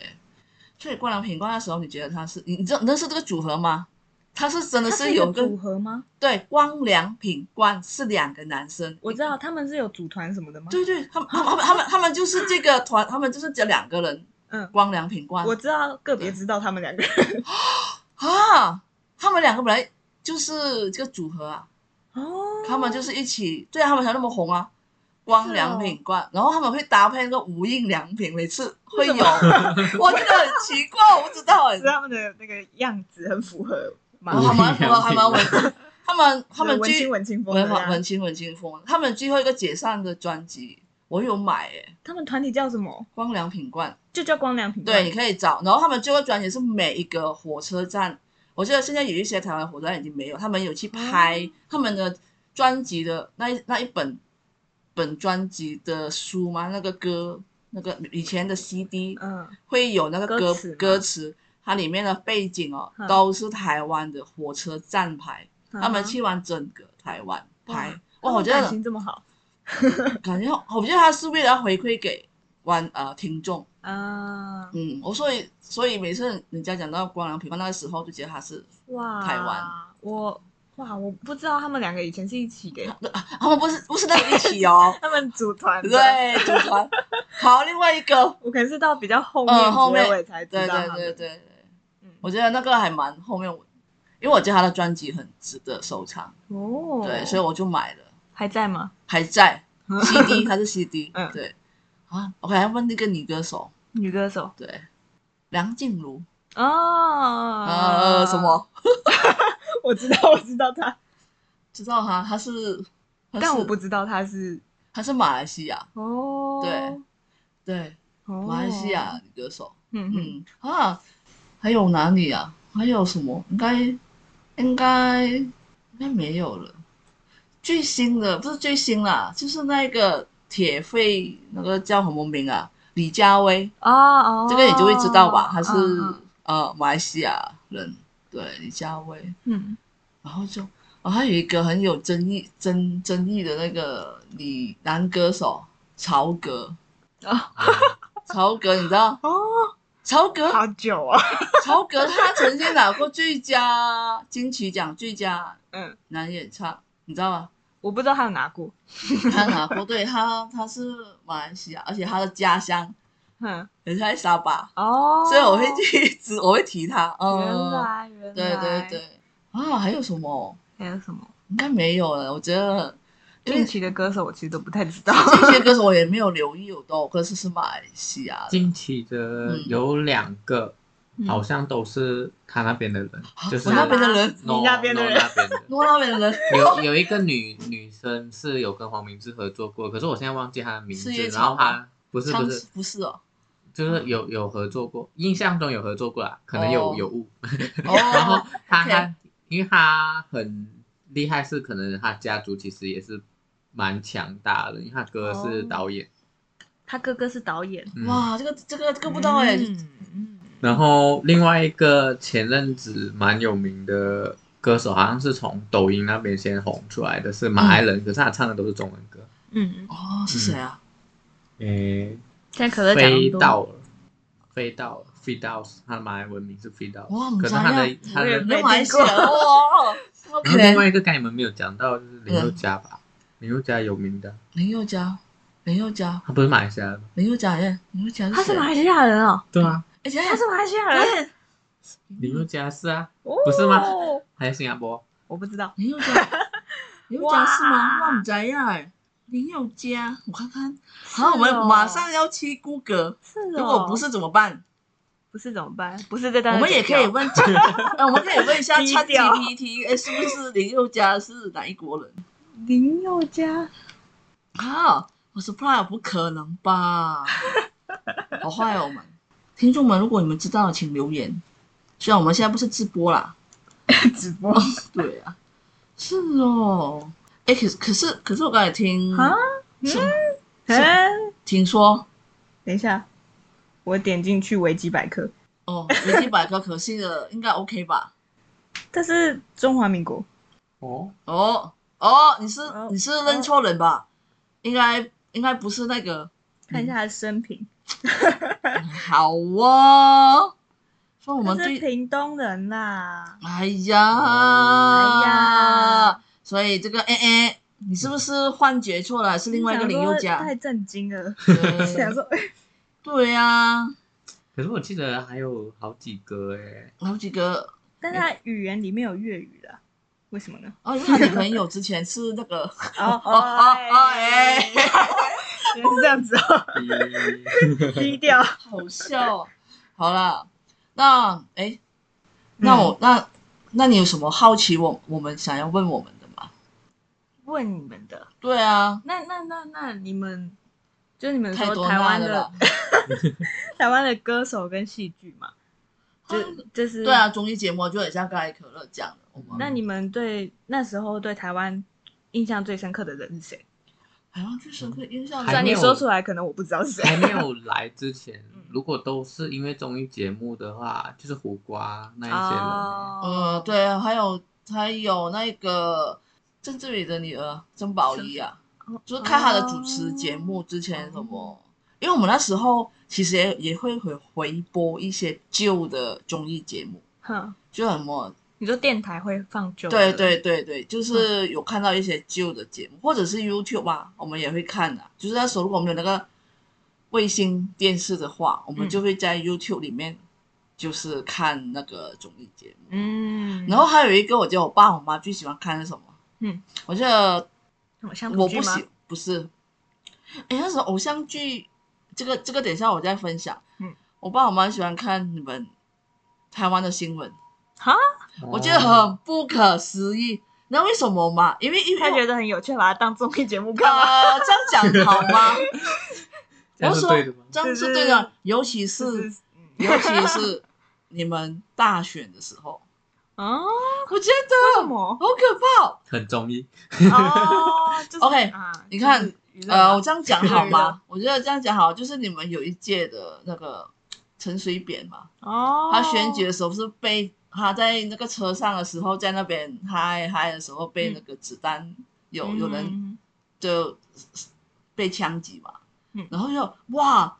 Speaker 1: 所以冠良品冠那时候，你觉得他是你你知道你认识这个组合吗？他是真的
Speaker 2: 它
Speaker 1: 是
Speaker 2: 一个
Speaker 1: 有个
Speaker 2: 组合吗？
Speaker 1: 对光良品冠是两个男生，
Speaker 2: 我知道啊他们是有组团什么的吗？
Speaker 1: 对对，他们他们他们他们就是这个团，他们就是这两个人，
Speaker 2: 嗯
Speaker 1: 光良品冠
Speaker 2: 我知道个别知道他们两个人 [LAUGHS]
Speaker 1: 啊，他们两个本来就是这个组合啊，
Speaker 2: 哦
Speaker 1: 他们就是一起，对啊，他们才那么红啊。光良品冠，然后他们会搭配那个无印良品，每次会有，
Speaker 2: 啊为什 [LAUGHS]
Speaker 1: 我觉得很奇怪，我不知道哎
Speaker 2: 是。他们的那个样子很符合马
Speaker 1: 然
Speaker 2: 来
Speaker 1: 后
Speaker 2: 西
Speaker 1: 他
Speaker 2: 亚，
Speaker 1: 们他哦们他们文，他们嗯
Speaker 2: [LAUGHS]
Speaker 1: 他们
Speaker 2: 文
Speaker 1: 聚
Speaker 2: 青
Speaker 1: 文
Speaker 2: 文青风啊的
Speaker 1: 文
Speaker 2: 呀
Speaker 1: 文，青文青风，他们最后一个解散的专辑我有买哎，
Speaker 2: 他们团体叫什么？
Speaker 1: 光良品冠。
Speaker 2: 就叫光良品
Speaker 1: 对，你可以找。然后他们这个专辑是每一个火车站，我记得现在有一些台湾火车站已经没有，他们有去
Speaker 2: 哦
Speaker 1: 拍他们的专辑的那一那一本本专辑的书吗？那个歌，那个以前的 CD
Speaker 2: 嗯，
Speaker 1: 会有那个
Speaker 2: 歌
Speaker 1: 歌
Speaker 2: 词吗
Speaker 1: 歌词，它里面的背景哦
Speaker 2: 嗯
Speaker 1: 都是台湾的火车站牌，他们去完整个台湾拍。哇，我觉
Speaker 2: 他
Speaker 1: 得
Speaker 2: 们感情这么好
Speaker 1: 感觉我觉得他是为了要回馈给观呃听众。
Speaker 2: 啊，
Speaker 1: 嗯，我所以所以每次人家讲到光良品冠那个时候，就觉得他是
Speaker 2: 哇，
Speaker 1: 台湾，
Speaker 2: 我哇，我不知道他们两个以前是一起的耶，
Speaker 1: 他们不是不是在一起
Speaker 2: [LAUGHS]，
Speaker 1: 哦
Speaker 2: 他们组团的，
Speaker 1: 对，组团。好，另外一个，
Speaker 2: 我可能是到比较后
Speaker 1: 嗯
Speaker 2: 面
Speaker 1: 后
Speaker 2: 后
Speaker 1: 面
Speaker 2: 面我也才知
Speaker 1: 对
Speaker 2: 道
Speaker 1: 对
Speaker 2: 他们
Speaker 1: 对对，对，
Speaker 2: 嗯
Speaker 1: 我觉得那个还蛮后面我，因为我觉得他的专辑很值得收藏，
Speaker 2: 哦，
Speaker 1: 对，所以我就买了，
Speaker 2: 还在吗？ [LAUGHS]
Speaker 1: 还在 CD，它是 CD，
Speaker 2: 嗯
Speaker 1: 对啊，我还要问那个女歌手，
Speaker 2: 女歌手
Speaker 1: 对，梁静茹
Speaker 2: 哦，啊
Speaker 1: 呃什？么
Speaker 2: [LAUGHS] 我知道，我知道她，
Speaker 1: 知道她，她是，她
Speaker 2: 但
Speaker 1: 是
Speaker 2: 我不知道她是
Speaker 1: 她是马来西亚，
Speaker 2: 哦，
Speaker 1: 对，对，
Speaker 2: 哦
Speaker 1: 马来西，亚女歌手，
Speaker 2: 嗯嗯，
Speaker 1: 嗯啊，还有哪里啊？还有什么？应该应该应该没有了。最新的不是最新啦，就是那个铁肺那个叫什么名啊？李佳薇，
Speaker 2: 哦哦，
Speaker 1: 这个你就会知道吧？她是、
Speaker 2: 嗯
Speaker 1: 呃马来西亚人，对李佳薇。
Speaker 2: 嗯
Speaker 1: 然后就哦，还有一个很有争议争争议的那个女男歌手曹格，
Speaker 2: 嗯哦
Speaker 3: 啊
Speaker 1: [LAUGHS] 曹格你知道？
Speaker 2: 哦，
Speaker 1: 曹格
Speaker 2: 好久啊， [LAUGHS]
Speaker 1: 曹格他曾经拿过最佳金曲奖最佳
Speaker 2: 嗯，
Speaker 1: 男演唱，你知道吗？
Speaker 2: 我不知道她有拿过，
Speaker 1: 他拿过，对他他是马来西亚，而且他的家乡
Speaker 2: 嗯
Speaker 1: 也是在沙巴，
Speaker 2: 哦，
Speaker 1: 所以我会去指我会提他。
Speaker 2: 原
Speaker 1: 嗯，
Speaker 2: 来原来，
Speaker 1: 对对，对，啊，还有什么？
Speaker 2: 还有什么？
Speaker 1: 应该没有了，我觉得。因为
Speaker 2: 近期的歌手我其实都不太知道，
Speaker 1: 这些歌手我也没有留意有多少歌是是马来西亚的，
Speaker 3: 近期的有两个，
Speaker 2: 嗯
Speaker 3: 好像都是他那边的人，就
Speaker 1: [LAUGHS]
Speaker 3: 是
Speaker 1: 啊我那边的人，
Speaker 3: No-
Speaker 2: 你 [LAUGHS] 那边的人
Speaker 3: No 那边的
Speaker 1: 我那边的
Speaker 3: [LAUGHS]
Speaker 1: 人 [LAUGHS]
Speaker 3: 有有一个女女生是有跟黄明志合作过，可是我现在忘记她的名字
Speaker 1: 四叶。
Speaker 3: 然
Speaker 1: 草
Speaker 3: 后
Speaker 1: 吗
Speaker 3: 她不是
Speaker 1: 唱
Speaker 3: 不是，
Speaker 1: 不是哦，
Speaker 3: 就是有有合作过，印象中有合作过啦，可能有、
Speaker 1: 哦 [LAUGHS]
Speaker 3: 有误。 [LAUGHS] 然后
Speaker 1: 哦，
Speaker 3: 她
Speaker 1: OK
Speaker 3: 她，因为她很厉害，是可能她家族其实也是蛮强大的，因为她哥是
Speaker 2: 哦
Speaker 3: 导演。
Speaker 2: 他哥哥是导演，
Speaker 3: 嗯、
Speaker 1: 哇，这个这个这个不知道哎，
Speaker 2: 嗯
Speaker 3: 然后另外一个前阵子蛮有名的歌手，好像是从抖音那边先红出来的，是马来
Speaker 1: 嗯
Speaker 3: 人，可是他唱的都是中文歌。
Speaker 2: 嗯，
Speaker 1: 哦是谁啊？
Speaker 3: 诶，
Speaker 2: 现在可乐讲
Speaker 3: 飞
Speaker 2: 得多
Speaker 3: 到了，飞到了飞到，他的马来文名是飞到，
Speaker 1: 哇，
Speaker 3: 可是他的他
Speaker 2: 我也
Speaker 3: 的
Speaker 2: 没。
Speaker 1: 那马来西亚哇
Speaker 2: 哦
Speaker 1: [LAUGHS]
Speaker 3: 然 [CLEARS THROAT] 后另
Speaker 1: ，OK，
Speaker 3: 外一个刚才你们没有讲到就是林宥嘉吧，林宥嘉有名的，
Speaker 1: 林宥嘉，林宥嘉，
Speaker 3: 他不是马来西亚的吗？
Speaker 1: 林宥嘉耶，林宥嘉
Speaker 2: 他是
Speaker 1: 谁哎
Speaker 2: 马？来西亚人哦，
Speaker 3: 对啊，
Speaker 1: 而且
Speaker 2: 他是马来西亚人，
Speaker 1: 哎
Speaker 3: 林宥嘉是啊，
Speaker 2: 哦
Speaker 3: 不是吗还有新加坡，
Speaker 2: 我不知道，
Speaker 1: 林宥嘉，林宥嘉是吗？
Speaker 2: 哇
Speaker 1: 哇，唔知呀，林宥嘉，我看看，
Speaker 2: 是
Speaker 1: 好，我
Speaker 2: 哦
Speaker 1: 们马上要去 Google，
Speaker 2: 是哦，
Speaker 1: 如果不是怎么办？
Speaker 2: 不是怎么办？不是这单
Speaker 1: 我们也可以问， [LAUGHS] 呃我们可以问一下
Speaker 2: 低
Speaker 1: Chat
Speaker 2: 调
Speaker 1: GPT，哎，是不是林宥嘉是哪一国人
Speaker 2: 林宥嘉，
Speaker 1: 啊？我 surprise，不可能吧？好坏哦，我们听众们，如果你们知道，请留言。虽然我们现在不是直播啦，
Speaker 2: 直播
Speaker 1: 对啊，是哦。哎，可是可是可是我刚才听
Speaker 2: 啊，
Speaker 1: 是
Speaker 2: 嗯，
Speaker 1: 听说
Speaker 2: 等一下，我点进去维基百科，
Speaker 1: 哦，维基百科可信的应该 OK 吧？
Speaker 2: 这是中华民国，
Speaker 3: 哦，
Speaker 1: 哦哦，你是
Speaker 2: 哦
Speaker 1: 你是认错人吧？应该应该不是那个。
Speaker 2: 看一下他的生平，
Speaker 1: 好哦，说我
Speaker 2: 我
Speaker 1: 们
Speaker 2: 是
Speaker 1: 对，
Speaker 2: 屏东人啦，
Speaker 1: 哎呀，
Speaker 3: 哦
Speaker 2: 哎呀，
Speaker 1: 所以这个哎哎，你是不是幻觉错了？是另外一个林宥
Speaker 2: 想说
Speaker 1: 嘉
Speaker 2: 太？震惊了，想
Speaker 1: 对
Speaker 2: 说 [LAUGHS] 哎
Speaker 1: 对呀，
Speaker 3: 可是我记得还有好几个
Speaker 1: [LAUGHS]
Speaker 3: 欸诶，
Speaker 1: 好几个
Speaker 2: 但是他语言里面有粤语的，为什么呢？
Speaker 1: 哦，因为他女朋友之前是那
Speaker 2: [LAUGHS]
Speaker 1: 个
Speaker 2: 哦
Speaker 1: 哦哦哦哎，
Speaker 2: [LAUGHS] 原来是这样子 [LAUGHS] 哦，
Speaker 3: 咦
Speaker 2: 低调。
Speaker 1: 好笑哦。好啦，那哎，
Speaker 2: 嗯
Speaker 1: 那我那那你有什么好奇我我们想要问我们的吗？
Speaker 2: 问你们的，
Speaker 1: 对啊，
Speaker 2: 那那那那你们，就你们
Speaker 1: 太
Speaker 2: 说
Speaker 1: 多
Speaker 2: 台
Speaker 1: 那
Speaker 2: 湾
Speaker 1: 了
Speaker 2: 的
Speaker 1: 啦。
Speaker 2: 台湾的歌手跟戏剧嘛，就就是
Speaker 1: 哦对啊，。综艺节目就很像刚才可乐讲的，我们
Speaker 2: 那你们对那时候对台湾印象最深刻的人是谁？
Speaker 1: 台湾最深刻印象
Speaker 2: 虽
Speaker 1: 在
Speaker 3: 还
Speaker 2: 然
Speaker 3: 没
Speaker 2: 你
Speaker 3: 有
Speaker 2: 说出来，可能我不知道是谁。
Speaker 3: 还没有来之前
Speaker 2: 嗯，
Speaker 3: 如果都是因为综艺节目的话，就是胡瓜那一些人欸。
Speaker 1: 呃，
Speaker 2: 哦，
Speaker 1: 对，还有还有那个郑志伟的女儿曾宝仪啊，
Speaker 2: 哦，
Speaker 1: 就是看她的主持节目之前什么，因为我们那时候其实也也会回回播一些旧的综艺节目，
Speaker 2: 哼，
Speaker 1: 就很么
Speaker 2: 你说电台会放旧
Speaker 1: 对
Speaker 2: 的？
Speaker 1: 对对对，
Speaker 2: 嗯
Speaker 1: 就是有看到一些旧的节目，或者是 YouTube 啊，我们也会看的、就是那时候如果我们有那个卫星电视的话，我们
Speaker 2: 嗯
Speaker 1: 就会在 YouTube 里面就是看那个综艺节目。
Speaker 2: 嗯，
Speaker 1: 然后还有一个，我觉得我爸我妈最喜欢看是什么？
Speaker 2: 嗯，
Speaker 1: 我觉得
Speaker 2: 什么乡
Speaker 1: 我
Speaker 2: 土剧
Speaker 1: 不
Speaker 2: 吗？
Speaker 1: 喜不是，哎，那时候偶像剧这个这个等一下我再分享。
Speaker 2: 嗯，
Speaker 1: 我爸我妈很喜欢看你们台湾的新闻，
Speaker 2: 哈，
Speaker 1: 我觉得
Speaker 3: 哦
Speaker 1: 很不可思议。你知道为什么吗？因为因
Speaker 2: 他
Speaker 1: 为
Speaker 2: 觉得很有趣，把它当综艺节目看吗？
Speaker 1: 呃，这样讲好吗？
Speaker 3: [LAUGHS]
Speaker 1: 我
Speaker 3: 这样
Speaker 1: 是
Speaker 3: 是
Speaker 1: 说
Speaker 3: 对的吗，？
Speaker 1: 这样
Speaker 2: 就是是
Speaker 1: 对的，尤其
Speaker 2: 就是嗯
Speaker 1: 尤其是你们大选的时候，
Speaker 2: 啊，
Speaker 1: 我觉得
Speaker 2: 为什
Speaker 1: [LAUGHS]
Speaker 2: 么
Speaker 1: 好可怕哦。
Speaker 3: 很中意，
Speaker 2: 哦，就是
Speaker 1: OK，
Speaker 2: 啊
Speaker 1: 你看，
Speaker 2: 就是娱乐
Speaker 1: 呃，
Speaker 2: 嘛
Speaker 1: 我这样讲好
Speaker 2: 对 [LAUGHS]
Speaker 1: 吗
Speaker 2: 的？
Speaker 1: 我觉得这样讲好，就是你们有一届的那个陈水扁嘛，
Speaker 2: 哦，
Speaker 1: 他选举的时候是被他在那个车上的时候，在那边嗨嗨的时候被那个子弹有有人
Speaker 2: 嗯
Speaker 1: 就被枪击嘛
Speaker 2: 嗯，
Speaker 1: 然后就哇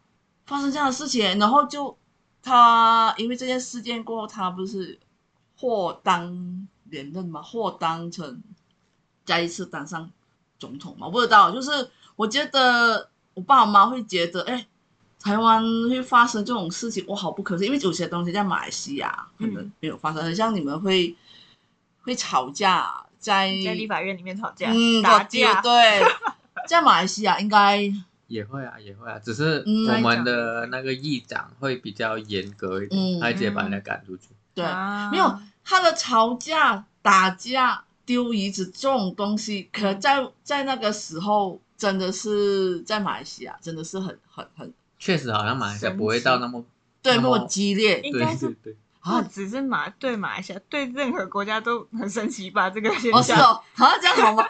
Speaker 1: 发生这样的事情，然后就他因为这件事件过后，他不是获当连任嘛，获当成再一次当上总统嘛，我不知道，就是我觉得我爸我妈会觉得，哎，台湾会发生这种事情，我好不可思议，因为有些东西在马来西亚可能
Speaker 2: 嗯
Speaker 1: 没有发生，很像你们会会吵架在
Speaker 2: 在立法院里面吵架，
Speaker 1: 嗯，
Speaker 2: 打
Speaker 1: 搞定
Speaker 2: 架，
Speaker 1: 对，
Speaker 2: [LAUGHS]
Speaker 1: 在马来西亚应该
Speaker 3: 也会啊，也会啊，只是
Speaker 1: 嗯
Speaker 3: 我们的那个议长会比较严格一
Speaker 1: 嗯
Speaker 3: 点，他直接把人家赶出去。
Speaker 1: 对，
Speaker 2: 啊
Speaker 1: 没有他的吵架、打架、丢椅子这种东西，可在在那个时候真的是在马来西亚真的是很很很
Speaker 3: 确实，好像马来西
Speaker 2: 神
Speaker 3: 亚
Speaker 2: 奇
Speaker 3: 不会到那么
Speaker 1: 对那
Speaker 2: 嗯
Speaker 3: 那么
Speaker 1: 么激烈
Speaker 2: 应
Speaker 3: 对
Speaker 2: 该是
Speaker 3: 对对，
Speaker 2: 不
Speaker 1: 啊。
Speaker 2: 只是马对马来西亚，对任何国家都很神奇吧？这个现
Speaker 1: 哦，是
Speaker 2: 象，
Speaker 1: 哦，啊，这样好吗？ [LAUGHS]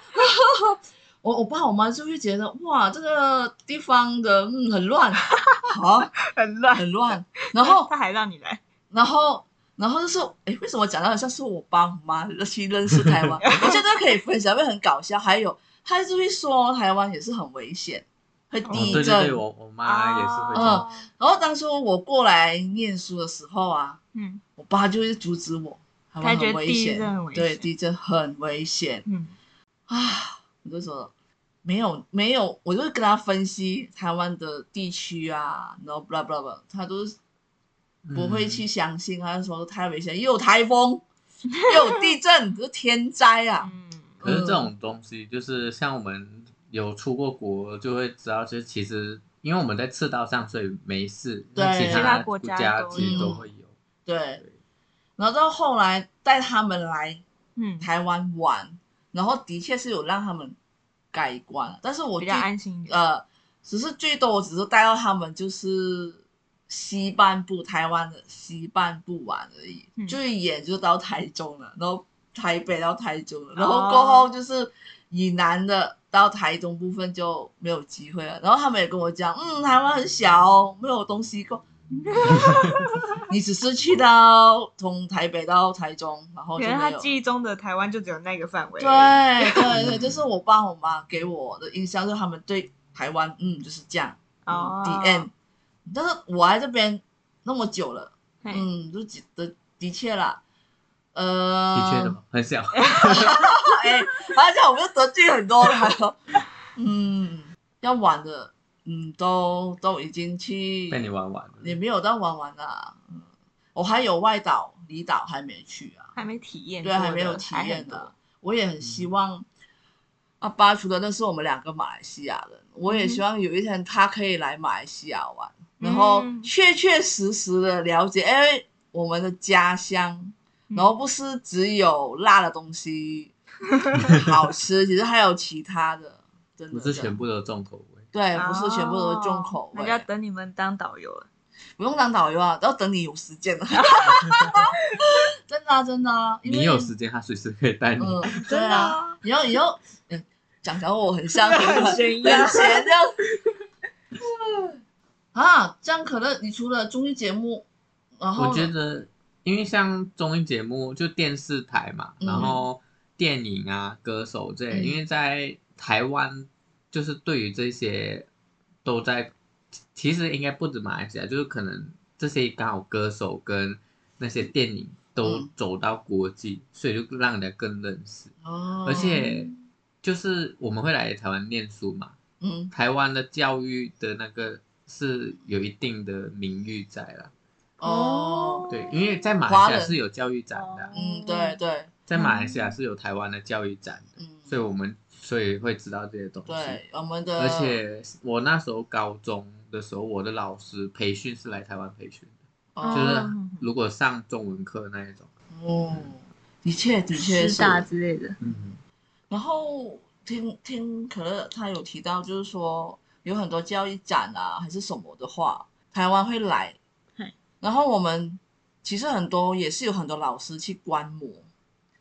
Speaker 1: 我我爸我妈就会觉得哇，这个地方的嗯很乱，好、
Speaker 2: [LAUGHS] 很乱。
Speaker 1: 很乱。然后
Speaker 2: 他还让你来，
Speaker 1: 然后，然后就是，哎，为什么讲到好像是我爸我妈去认识台
Speaker 2: [LAUGHS]
Speaker 1: 湾？我觉得可以分享，会很搞笑。还有，他就会说台湾也是很危险，会
Speaker 3: 哦
Speaker 1: 地
Speaker 3: 对对
Speaker 1: 震。
Speaker 3: 对，我我啊妈也是会这样
Speaker 1: 哦然后当初我过来念书的时候啊，
Speaker 2: 嗯
Speaker 1: 我爸就会阻止我，台
Speaker 2: 他
Speaker 1: 湾
Speaker 2: 觉
Speaker 1: 很
Speaker 2: 得
Speaker 1: 危
Speaker 2: 地
Speaker 1: 险，
Speaker 2: 震很危
Speaker 1: 对，
Speaker 2: 险
Speaker 1: 地震很危险
Speaker 2: 嗯
Speaker 1: 啊！我就说没有没有，我就跟他分析台湾的地区啊，然后 blah blah blah，他都是
Speaker 3: 嗯
Speaker 1: 不
Speaker 2: 嗯
Speaker 1: 会去相信，啊他就说太危险，又有台
Speaker 2: [LAUGHS]
Speaker 1: 风，又有地震，这天灾啊！
Speaker 2: 嗯，
Speaker 3: 可是这种东西，就是像我们有出过国，就会知道，就是其实因为我们在赤道上，所以没事。
Speaker 1: 对
Speaker 3: 那其
Speaker 1: 其他
Speaker 2: 国家
Speaker 3: 家
Speaker 2: 都
Speaker 3: 其实
Speaker 1: 有
Speaker 3: 都会有。
Speaker 1: 对，然后到后来带他们来
Speaker 2: 嗯，
Speaker 1: 台湾玩，然后的确是有让他们改观，但是我
Speaker 2: 比
Speaker 1: 最
Speaker 2: 较安心一点。
Speaker 1: 呃，只是最多我只是带到他们就是西半部台湾的西半部玩而已，
Speaker 2: 嗯
Speaker 1: 最远就到台中了，然后台北到台中了，然
Speaker 2: 哦
Speaker 1: 后过后就是以南的到台中部分就没有机会了。然后他们也跟我讲，嗯，台湾很小哦，没有东西
Speaker 2: [LAUGHS]
Speaker 1: 够。你只是去到从台北到台中，然后就
Speaker 2: 可
Speaker 1: 没
Speaker 2: 能他
Speaker 1: 有。
Speaker 2: 记忆中的台湾就只有那个范围。
Speaker 1: 对对对，就是我爸我妈给我的印象，就是他们对台湾，嗯，就是这样。
Speaker 2: 哦
Speaker 1: 嗯 d N。但是我来这边那么久了，
Speaker 2: 嘿，
Speaker 1: 嗯，就觉得的确啦，呃，
Speaker 3: 的确的嘛，很小。
Speaker 1: [LAUGHS] 哎，而且我们就得罪很多了，嗯，要玩的，嗯，都都已经去，
Speaker 3: 被你玩完了。
Speaker 1: 也没有到玩完啦，嗯，我还有外岛、离岛还没去啊，
Speaker 2: 还没体验过
Speaker 1: 对，
Speaker 2: 的，
Speaker 1: 还没有体验
Speaker 2: 的
Speaker 1: 的。，我也很
Speaker 2: 嗯
Speaker 1: 希望阿巴除了那是我们两个马来西亚人，我
Speaker 2: 嗯
Speaker 1: 也希望有一天他可以来马来西亚玩，然后
Speaker 2: 嗯
Speaker 1: 确确实实的了解，哎，我们的家乡，
Speaker 2: 嗯
Speaker 1: 然后不是只有辣的东
Speaker 2: [LAUGHS]
Speaker 1: 西好吃，其实还有其他的，真的
Speaker 3: 不是全
Speaker 1: 真的
Speaker 3: 部都重口味。
Speaker 1: 对，哎不是全部都是重口
Speaker 2: 哦那
Speaker 1: 味啊
Speaker 2: 就，要等你们当导游了。
Speaker 1: 不用当导游啊，要等你有时间
Speaker 2: [LAUGHS]
Speaker 1: 了， [LAUGHS] 真的啊真的啊，因为
Speaker 3: 你有时间，他随时可以带你。
Speaker 1: 嗯，对
Speaker 2: 真的
Speaker 1: 啊。
Speaker 2: 啊，
Speaker 1: 以后以后，嗯，讲讲我很像
Speaker 2: 很 [LAUGHS]
Speaker 1: 闲
Speaker 2: 闲
Speaker 1: 这
Speaker 2: 呀
Speaker 1: 样。啊，这样可乐，你除了综艺节目，然后
Speaker 3: 我觉
Speaker 1: 呢
Speaker 3: 得，因为像综艺节目就电视台嘛，
Speaker 1: 嗯
Speaker 3: 然后电影啊、歌手这些，
Speaker 1: 嗯
Speaker 3: 因为在台湾就是对于这些都在，其实应该不止马来西亚，就是可能这些刚好歌手跟那些电影都
Speaker 1: 嗯
Speaker 3: 走到国际，所以就让人家更认识，
Speaker 1: 哦，
Speaker 3: 而且就是我们会来台湾念书嘛，
Speaker 1: 嗯，
Speaker 3: 台湾的教育的那个是有一定的名誉在啦。
Speaker 1: 哦，
Speaker 3: 对，因为在马
Speaker 1: 华
Speaker 3: 来西亚
Speaker 1: 人
Speaker 3: 是有教育展的啊，
Speaker 2: 哦
Speaker 1: 嗯，对对，
Speaker 3: 在马来西亚是有台湾的教育展的，
Speaker 1: 嗯，
Speaker 3: 所以我们所以会知道这些东西。
Speaker 1: 对，我们的
Speaker 3: 而且我那时候高中的时候，我的老师培训是来台湾培训的，
Speaker 1: 哦
Speaker 3: 就是
Speaker 2: 哦
Speaker 3: 如果上中文课那一种，
Speaker 1: 哦，的确的确
Speaker 2: 师
Speaker 1: 是。
Speaker 2: 大之类的，
Speaker 3: 嗯，
Speaker 1: 然后听听可乐他有提到，就是说有很多教育展啊，还是什么的话，台湾会来
Speaker 2: 嗨。
Speaker 1: 然后我们其实很多也是有很多老师去观摩，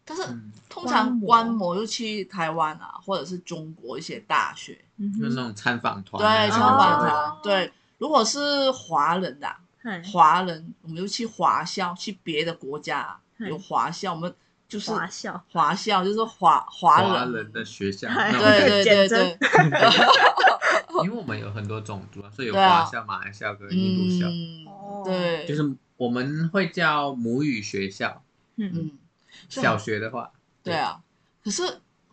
Speaker 1: 但是
Speaker 3: 嗯
Speaker 1: 通常
Speaker 2: 观
Speaker 1: 观摩就去台湾啊，或者是中国一些大学，
Speaker 2: 嗯
Speaker 3: 就是那
Speaker 2: 哼，
Speaker 3: 种参访团啊，
Speaker 1: 对，参观
Speaker 2: 团
Speaker 1: 他，对。如果是华人的啊、
Speaker 2: 嗨
Speaker 1: 华人，我们就去华校，去别的国家啊、
Speaker 2: 嗯
Speaker 1: 有华校，我们就是
Speaker 2: 华校，
Speaker 1: 华校，就是华华人，
Speaker 3: 华人的学校，
Speaker 2: 哎
Speaker 3: 那种感
Speaker 1: 对
Speaker 3: 觉
Speaker 1: 对对
Speaker 2: [LAUGHS] 简
Speaker 1: 对
Speaker 2: 称，
Speaker 3: [LAUGHS] 因为我们有很多种族啊，所以有
Speaker 1: 对啊
Speaker 3: 华校、马来校跟印度校，
Speaker 1: 嗯
Speaker 2: 哦，
Speaker 1: 对，
Speaker 3: 就是我们会叫母语学校。
Speaker 2: 嗯，
Speaker 1: 嗯，是
Speaker 3: 小学的话，
Speaker 1: 对啊。可是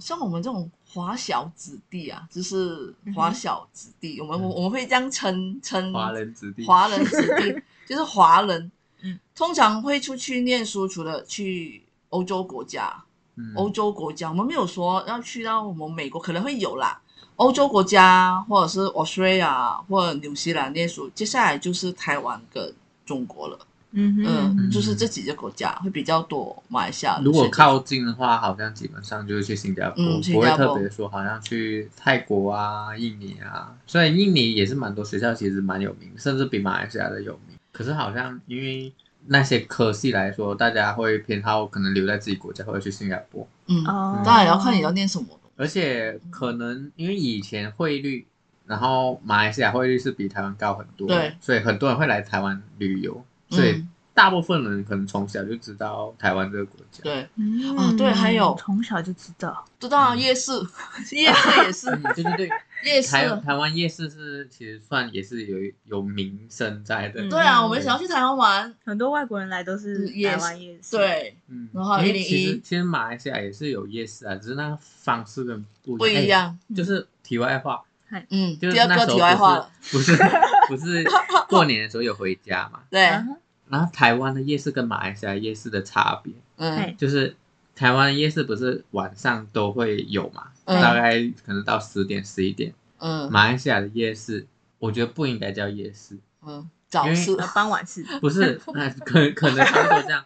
Speaker 1: 像我们这种华小子弟啊，就是
Speaker 2: 嗯
Speaker 1: 华小子弟，我们我
Speaker 3: 嗯
Speaker 1: 我们会这样称称
Speaker 3: 华人子弟，
Speaker 1: 嗯华人子弟就是华人，
Speaker 2: [LAUGHS] 嗯，
Speaker 1: 通常会出去念书，除了去欧洲国家，
Speaker 3: 嗯
Speaker 1: 欧洲国家，我们没有说要去到我们美国，可能会有啦。欧洲国家或者是 Australia 或者纽西兰念书，接下来就是台湾跟中国了，
Speaker 2: 嗯
Speaker 1: 嗯，
Speaker 2: 哼，
Speaker 1: 就是这几个国家会比较多。马来西亚
Speaker 3: 如果靠近的话，好像基本上就是去新加坡，
Speaker 1: 嗯新
Speaker 3: 不会
Speaker 1: 加坡
Speaker 3: 特别说好像去泰国啊、印尼啊。虽然印尼也是蛮多学校，其实蛮有名，甚至比马来西亚的有名。可是好像因为那些科系来说，大家会偏好可能留在自己国家，或者去新加坡。
Speaker 1: 嗯，
Speaker 2: 哦，
Speaker 1: 当然要看你要念什么咯。
Speaker 3: 而且可能因为以前汇率，然后马来西亚汇率是比台湾高很多，
Speaker 1: 对，
Speaker 3: 所以很多人会来台湾旅游，
Speaker 1: 嗯
Speaker 3: 所以大部分人可能从小就知道台湾这个国家。
Speaker 1: 对，
Speaker 2: 嗯
Speaker 1: 啊对还有
Speaker 2: 从小就知道，
Speaker 1: 就当然
Speaker 3: 嗯
Speaker 1: 夜市， [LAUGHS] 夜市也是
Speaker 3: 嗯，对对对，
Speaker 1: 夜
Speaker 3: 台
Speaker 1: 市。
Speaker 3: 台湾夜市是其实算也是有有名声在的，
Speaker 2: 嗯
Speaker 1: 对啊，我们想要去台湾玩，
Speaker 2: 很多外国人来都是
Speaker 1: 嗯也是
Speaker 2: 台湾夜市，，
Speaker 1: 对，
Speaker 3: 嗯，
Speaker 1: 然后
Speaker 3: 因为
Speaker 1: 101
Speaker 3: 其实其实马来西亚也是有夜市啊，只是那个方式跟不
Speaker 1: 不一。样。
Speaker 3: 哎就是题外话，
Speaker 1: 嗯，
Speaker 3: 就是
Speaker 1: 第二
Speaker 3: 那
Speaker 1: 个
Speaker 3: 时候
Speaker 1: 题外话了，
Speaker 3: 不是 [LAUGHS]
Speaker 1: [LAUGHS]
Speaker 3: 不是不是过年的时候有回家嘛，
Speaker 1: 对，
Speaker 2: 嗯啊
Speaker 3: 然后台湾的夜市跟马来西亚夜市的差别，
Speaker 1: 嗯
Speaker 2: 哎
Speaker 3: 就是台湾的夜市不是晚上都会有嘛，
Speaker 1: 嗯
Speaker 3: 大概可能到十点十一点。
Speaker 1: 嗯
Speaker 3: 马来西亚的夜市，我觉得不应该叫夜市，
Speaker 1: 嗯，早
Speaker 3: 因为
Speaker 1: 市，
Speaker 2: 呃傍晚市，
Speaker 3: [LAUGHS] 不是，那可可能差不多这样，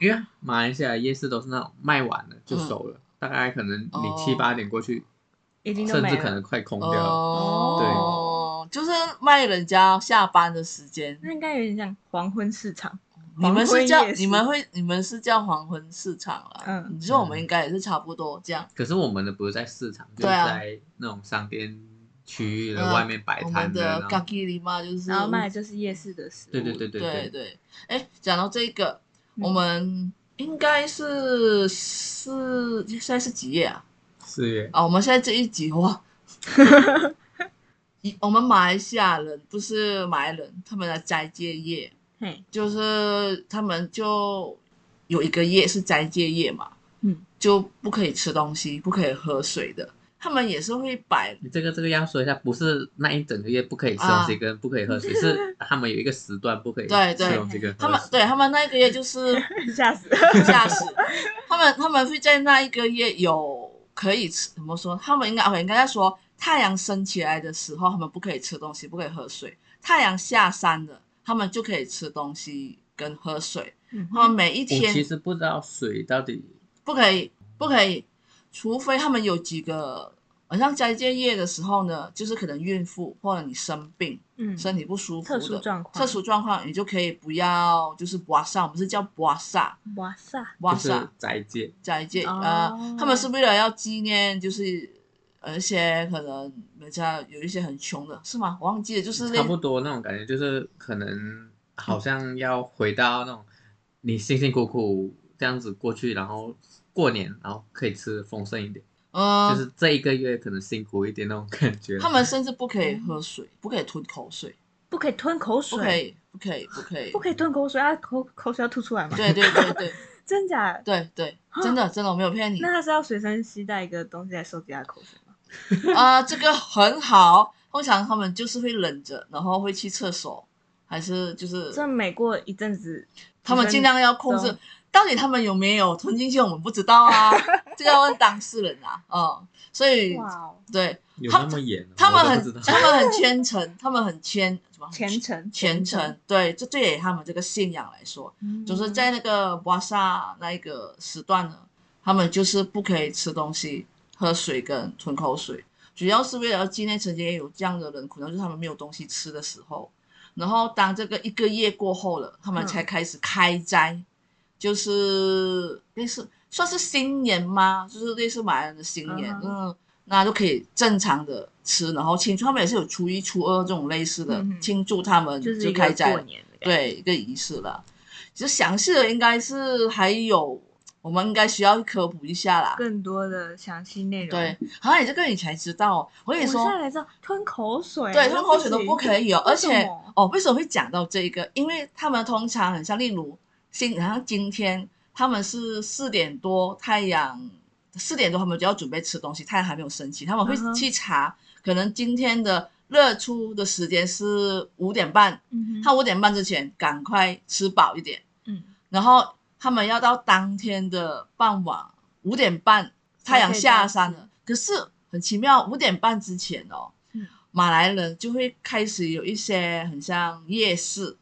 Speaker 3: 因为马来西亚夜市都是那种卖完了就收了，大概可能
Speaker 1: 嗯哦
Speaker 3: 你七八点过去，
Speaker 2: 已经都
Speaker 3: 甚
Speaker 2: 没
Speaker 3: 至可
Speaker 2: 了
Speaker 3: 能。快空掉了。
Speaker 1: 哦，就是卖人家下班的时间。
Speaker 2: 那应该有点像黄昏市场，
Speaker 1: 你们是叫
Speaker 2: 黄昏夜市
Speaker 1: 你们会你们是叫黄昏市场啦，
Speaker 2: 嗯
Speaker 1: 你说我们应该也是差不多这样，
Speaker 3: 可是我们的不是在市场，就是
Speaker 1: 对啊
Speaker 3: 在那种商店区域的
Speaker 1: 嗯
Speaker 3: 外面摆
Speaker 1: 我
Speaker 3: 摊
Speaker 1: 们的
Speaker 3: 然后
Speaker 1: g a k i r i m a 就是
Speaker 2: 然后卖的就是夜市的食物。
Speaker 3: 对对对对
Speaker 1: 对对，哎，讲到这个，
Speaker 2: 嗯
Speaker 1: 我们应该是是现在是几页啊？
Speaker 3: 四月
Speaker 1: 啊，我们现在这一集哇，一我们马来西亚人不是马来人，他们的斋戒夜
Speaker 2: [LAUGHS] 嘿， [LAUGHS]
Speaker 1: 就是他们就有一个夜是斋戒夜嘛，
Speaker 2: 嗯，
Speaker 1: 就不可以吃东西，不可以喝水的。他们也是会摆
Speaker 3: 你这个这个要说一下，不是那一整个月不可以吃东西跟不可以喝水，是他们有一个时段不可以
Speaker 1: 啊对
Speaker 3: 吃
Speaker 1: 对
Speaker 3: 东西跟喝水。
Speaker 1: 他们，对他们那一个月就是
Speaker 2: 吓死！
Speaker 1: 驾驶，他们他们会在那一个月有可以吃，怎么说？他们应该哦 OK，应该在说太阳升起来的时候，他们不可以吃东西，不可以喝水；太阳下山了，他们就可以吃东西跟喝水。他们每一
Speaker 3: 哦我其
Speaker 1: 天
Speaker 3: 实不知道水到底
Speaker 1: 不可以不可以，除非他们有几个。好像斋戒夜的时候呢，就是可能孕妇或者你生病、
Speaker 2: 嗯
Speaker 1: 身体不舒服的
Speaker 2: 特殊状况
Speaker 1: 特殊状况，你就可以不要就是刮痧，我们是叫刮痧，
Speaker 2: 哇塞，
Speaker 1: 刮
Speaker 3: 就
Speaker 1: 痧
Speaker 3: 是斋戒，
Speaker 1: 斋戒
Speaker 2: 哦
Speaker 1: 啊，呃他们是为了要纪念，就是呃一些可能人家有一些很穷的，是吗？我忘记了，就是那嗯
Speaker 3: 差不多那种感觉，就是可能好像要回到那种你辛辛苦苦这样子过去，然后过年然后可以吃得丰盛一点，
Speaker 1: 嗯、
Speaker 3: 就是这一个月可能辛苦一点那种感觉。
Speaker 1: 他们甚至不可以喝水，不可以吞口水，
Speaker 2: 不可以吞口
Speaker 1: 不可
Speaker 2: 水，
Speaker 1: 以，不可以，不可以
Speaker 2: 不，可以吞口水，啊，口口水要吐出来吗？
Speaker 1: 对对对对
Speaker 2: 真假？
Speaker 1: 对对，真的真的我没有骗你
Speaker 2: 那他是要随身携带一个东西来收集他的口水吗？
Speaker 1: 啊、这个很好。通常他们就是会忍着，然后会去厕所，还是就是
Speaker 2: 这每过一阵子，
Speaker 1: 他们尽量要控
Speaker 2: 女
Speaker 1: 制
Speaker 2: 生。
Speaker 1: 到底他们有没有吞进去，我们不知道啊，这个要问当事人啊，嗯，所以
Speaker 2: 哇哦，
Speaker 1: 对
Speaker 3: 有
Speaker 1: 他
Speaker 3: 那么严哦？
Speaker 1: 他们
Speaker 3: 我都不知
Speaker 1: 很
Speaker 3: 道
Speaker 1: 他们很虔诚，他们很虔什么
Speaker 2: 虔诚
Speaker 1: 虔诚，对，这对于他们这个信仰来说，
Speaker 2: 嗯
Speaker 1: 就是在那个瓦萨那一个时段呢，他们就是不可以吃东西、喝水跟吞口水，主要是为了纪念曾经有这样的人，可能就是他们没有东西吃的时候。然后当这个一个月过后了，他们
Speaker 2: 嗯
Speaker 1: 才开始开斋，就是类似算是新年吗？就是类似马来人的新年，
Speaker 2: 嗯
Speaker 1: 嗯，那就可以正常的吃，然后庆祝。他们也是有初一、初二这种类似的、
Speaker 2: 嗯哼
Speaker 1: 庆祝他们
Speaker 2: 就是一个
Speaker 1: 开斋
Speaker 2: 过
Speaker 1: 了。
Speaker 2: 年的感觉，
Speaker 1: 对一个仪式了。其实详细的应该是还有，我们应该需要科普一下啦。
Speaker 2: 更多的详细内容。
Speaker 1: 对，，好像也是跟你才知道哦。我跟你
Speaker 2: 我啊
Speaker 1: 说，
Speaker 2: 下来之后吞口水，
Speaker 1: 对，吞口水都不可以
Speaker 2: [LAUGHS]
Speaker 1: 哦。而
Speaker 2: 为
Speaker 1: 且
Speaker 2: 什么
Speaker 1: 哦，为什么会讲到这个？因为他们通常很像，例如今，好像今天他们是四点多太阳。四点多，他们就要准备吃东西，太阳还没有升起，他们会
Speaker 2: 嗯哼
Speaker 1: 去查可能今天的日出的时间是五点半，
Speaker 2: 嗯哼
Speaker 1: 他五点半之前赶快吃饱一点，
Speaker 2: 嗯，
Speaker 1: 然后他们要到当天的傍晚五点半，太阳下山了。可是很奇妙，五点半之前哦，
Speaker 2: 嗯
Speaker 1: 马来人就会开始有一些很像夜市，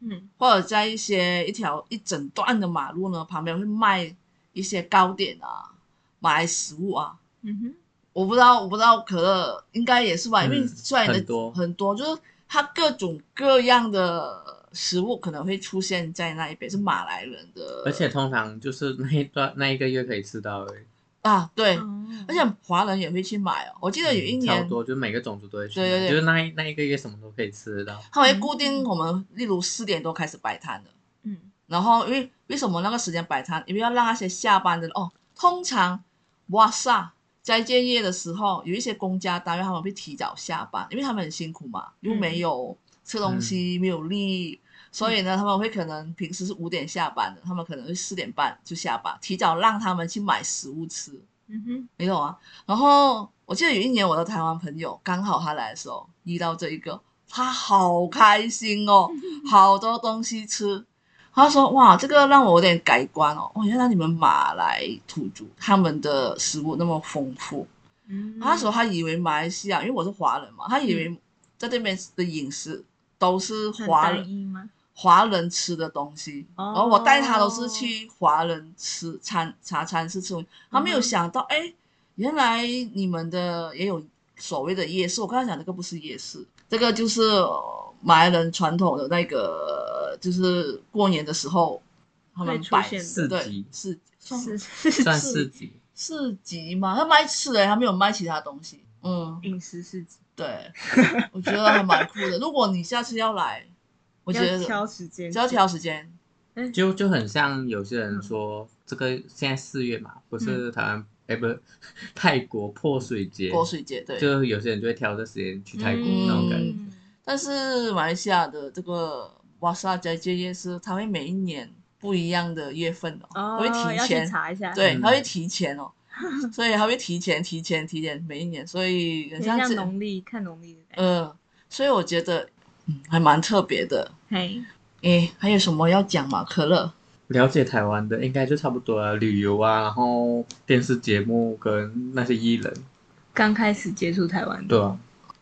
Speaker 2: 嗯，
Speaker 1: 或者在一些一条一整段的马路呢旁边会卖一些糕点啊、马来食物啊。
Speaker 2: 嗯哼，
Speaker 1: 我不知道，我不知道可乐应该也是吧，因为
Speaker 3: 嗯
Speaker 1: 虽然你的
Speaker 3: 很多
Speaker 1: 很多，就是它各种各样的食物可能会出现在那一边，是马来人的，
Speaker 3: 而且通常就是那一段那一个月可以吃到而已，
Speaker 1: 啊，对，
Speaker 2: 哦
Speaker 1: 而且华人也会去买哦。我记得有一
Speaker 3: 超
Speaker 1: 年，
Speaker 3: 嗯多，就每个种族都会去，
Speaker 1: 对对对
Speaker 3: 就是那一那一个月什么都可以吃得到。
Speaker 1: 他们会固定
Speaker 2: 嗯
Speaker 1: 我们，例如四点多开始摆摊的。
Speaker 2: 嗯，
Speaker 1: 然后因为为什么那个时间摆摊？因为要让那些下班的哦，通常哇塞，斋戒夜的时候，有一些公家单位他们会提早下班，因为他们很辛苦嘛，又没有吃东西，没有力。所以呢，他们会可能平时是五点下班的，他们可能会四点半就下班，提早让他们去买食物吃。
Speaker 2: 嗯哼，
Speaker 1: 没有啊。然后我记得有一年我的台湾朋友，刚好他来的时候遇到这一个，他好开心
Speaker 2: [LAUGHS]
Speaker 1: 哦，好多东西吃。他说：“哇，这个让我有点改观哦！哦，原来你们马来土著他们的食物那么丰富。
Speaker 2: 嗯
Speaker 1: 那时候他以为马来西亚，因为我是华人嘛，他以为在这边的饮食都是
Speaker 2: 很
Speaker 1: 华
Speaker 2: 单
Speaker 1: 人
Speaker 2: 一吗？
Speaker 1: 华人吃的东西，
Speaker 2: 哦
Speaker 1: 然后我带他都是去华人吃餐茶餐室吃东西，他没有
Speaker 2: 嗯
Speaker 1: 想到，哎、原来你们的也有所谓的夜市。我刚才讲这个不是夜市，这个就是呃马来人传统的那个，就是过年的时候他们
Speaker 2: 会出
Speaker 1: 摆
Speaker 2: 现的
Speaker 1: 市
Speaker 3: 市
Speaker 1: 对
Speaker 3: 集
Speaker 1: 市算
Speaker 2: 哦是是
Speaker 3: 算
Speaker 1: 是
Speaker 3: 市集，
Speaker 1: 市集嘛，他卖吃的，他没有卖其他东西。嗯，
Speaker 2: 饮食是
Speaker 1: 对，我觉得还蛮酷的。如果你下次要来，我觉得
Speaker 2: 要挑时间，
Speaker 1: 只要挑时间。
Speaker 3: 就就很像有些
Speaker 1: 嗯
Speaker 3: 人说，这个现在四月嘛，不是台湾哎、不是泰国泼水节，
Speaker 1: 泼水节，对。
Speaker 3: 就有些人就会挑这时间去泰国、
Speaker 1: 嗯
Speaker 3: 那种感觉。
Speaker 1: 觉但是马来西亚的这个瓦萨斋戒夜市，它会每一年不一样的月份哦，它
Speaker 2: 哦，
Speaker 1: 会
Speaker 2: 要
Speaker 1: 提
Speaker 2: 去
Speaker 1: 前，
Speaker 2: 查一下，
Speaker 1: 对，
Speaker 3: 嗯
Speaker 1: 它会提前
Speaker 2: [LAUGHS]
Speaker 1: 哦，所以它会提前、提前、提前每一年，所以很
Speaker 2: 很
Speaker 1: 像
Speaker 2: 像
Speaker 1: 这，
Speaker 2: 农历看农历的感觉。
Speaker 1: 呃，所以我觉得、嗯、还蛮特别的。
Speaker 2: 嘿，
Speaker 1: 诶，还有什么要讲吗？可乐，
Speaker 3: 了解台湾的应该就差不多了，旅游啊，然后电视节目跟那些艺人，
Speaker 2: 刚开始接触台湾，
Speaker 3: 对啊，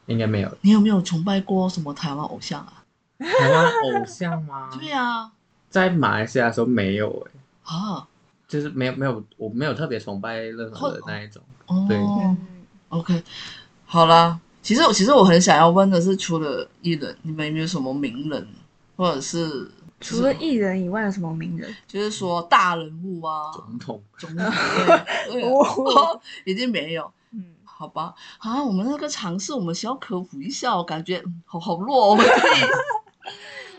Speaker 3: 应该没
Speaker 1: [LAUGHS]
Speaker 3: 有
Speaker 1: 你有没有崇拜过什么台湾偶像啊？
Speaker 3: 台湾偶像吗？
Speaker 1: 对啊，
Speaker 3: 在马来西亚的时候没有哎、
Speaker 1: 啊，
Speaker 3: 就是没有没有，我没有特别崇拜任何的那一种。
Speaker 1: 哦，
Speaker 3: 对
Speaker 2: 嗯，
Speaker 1: OK，好啦，其实我其实我很想要问的是，除了艺人，你们有没有什么名人，或者是
Speaker 2: 除了艺人以外，有什么名人？
Speaker 1: 就是说大人物啊，
Speaker 3: 总统
Speaker 1: 总统对对
Speaker 2: [LAUGHS] 哦
Speaker 1: [LAUGHS] 已经没有，
Speaker 2: 嗯，
Speaker 1: 好吧？啊，我们那个尝试，我们需要科普一下哦，我感觉嗯好好弱哦，我们自
Speaker 2: [LAUGHS]
Speaker 1: 己。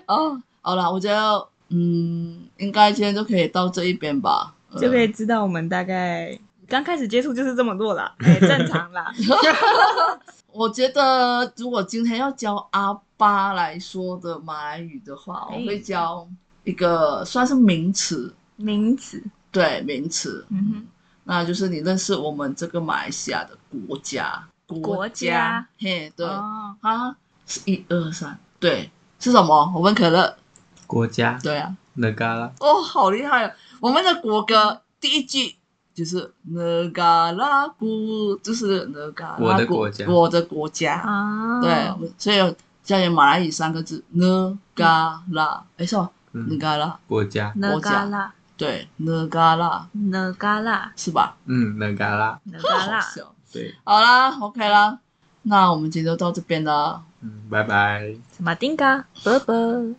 Speaker 1: 哦，好啦，我觉得嗯，应该今天就可以到这一边吧。嗯
Speaker 2: 就可以知道我们大概刚开始接触就是这么弱
Speaker 1: [LAUGHS]
Speaker 2: 啦，哎，正常啦。
Speaker 1: 我觉得如果今天要教阿巴来说的马来语的话，我
Speaker 2: 哎
Speaker 1: 会教一个算是名词，
Speaker 2: 名词，
Speaker 1: 对名词，
Speaker 2: 嗯哼，
Speaker 1: 那就是你认识我们这个马来西亚的国家，国
Speaker 2: 国家
Speaker 1: 嘿，对，
Speaker 2: 哦
Speaker 1: 啊，是一二三，对，是什么？我问可乐，
Speaker 3: 国家
Speaker 1: 对啊，
Speaker 3: 哪嘎啦？
Speaker 1: 哦，好厉害啊！我们的国歌第一句就是哪嘎拉布，就是哪嘎拉布，
Speaker 3: 我的国家
Speaker 1: 我的国家。
Speaker 2: 啊，
Speaker 1: 对，我所以教你马来语三个字，哪嘎拉，哎，是吧？哪
Speaker 3: 嗯，
Speaker 1: 嘎拉，
Speaker 3: 国家，
Speaker 2: 哪
Speaker 1: 我
Speaker 2: 嘎
Speaker 1: 讲
Speaker 2: 啦，
Speaker 1: 对，哪嘎拉
Speaker 2: 哪嘎啦，
Speaker 1: 是吧？
Speaker 3: 嗯，能嘎啦，
Speaker 2: 哪
Speaker 1: [LAUGHS]
Speaker 2: 嘎
Speaker 1: 好
Speaker 2: 啦，
Speaker 1: 笑
Speaker 3: 对，
Speaker 1: 好啦，OK 啦，那我们今天就到这边了。
Speaker 3: 嗯，拜拜。
Speaker 2: 什么丁嘎，啵啵。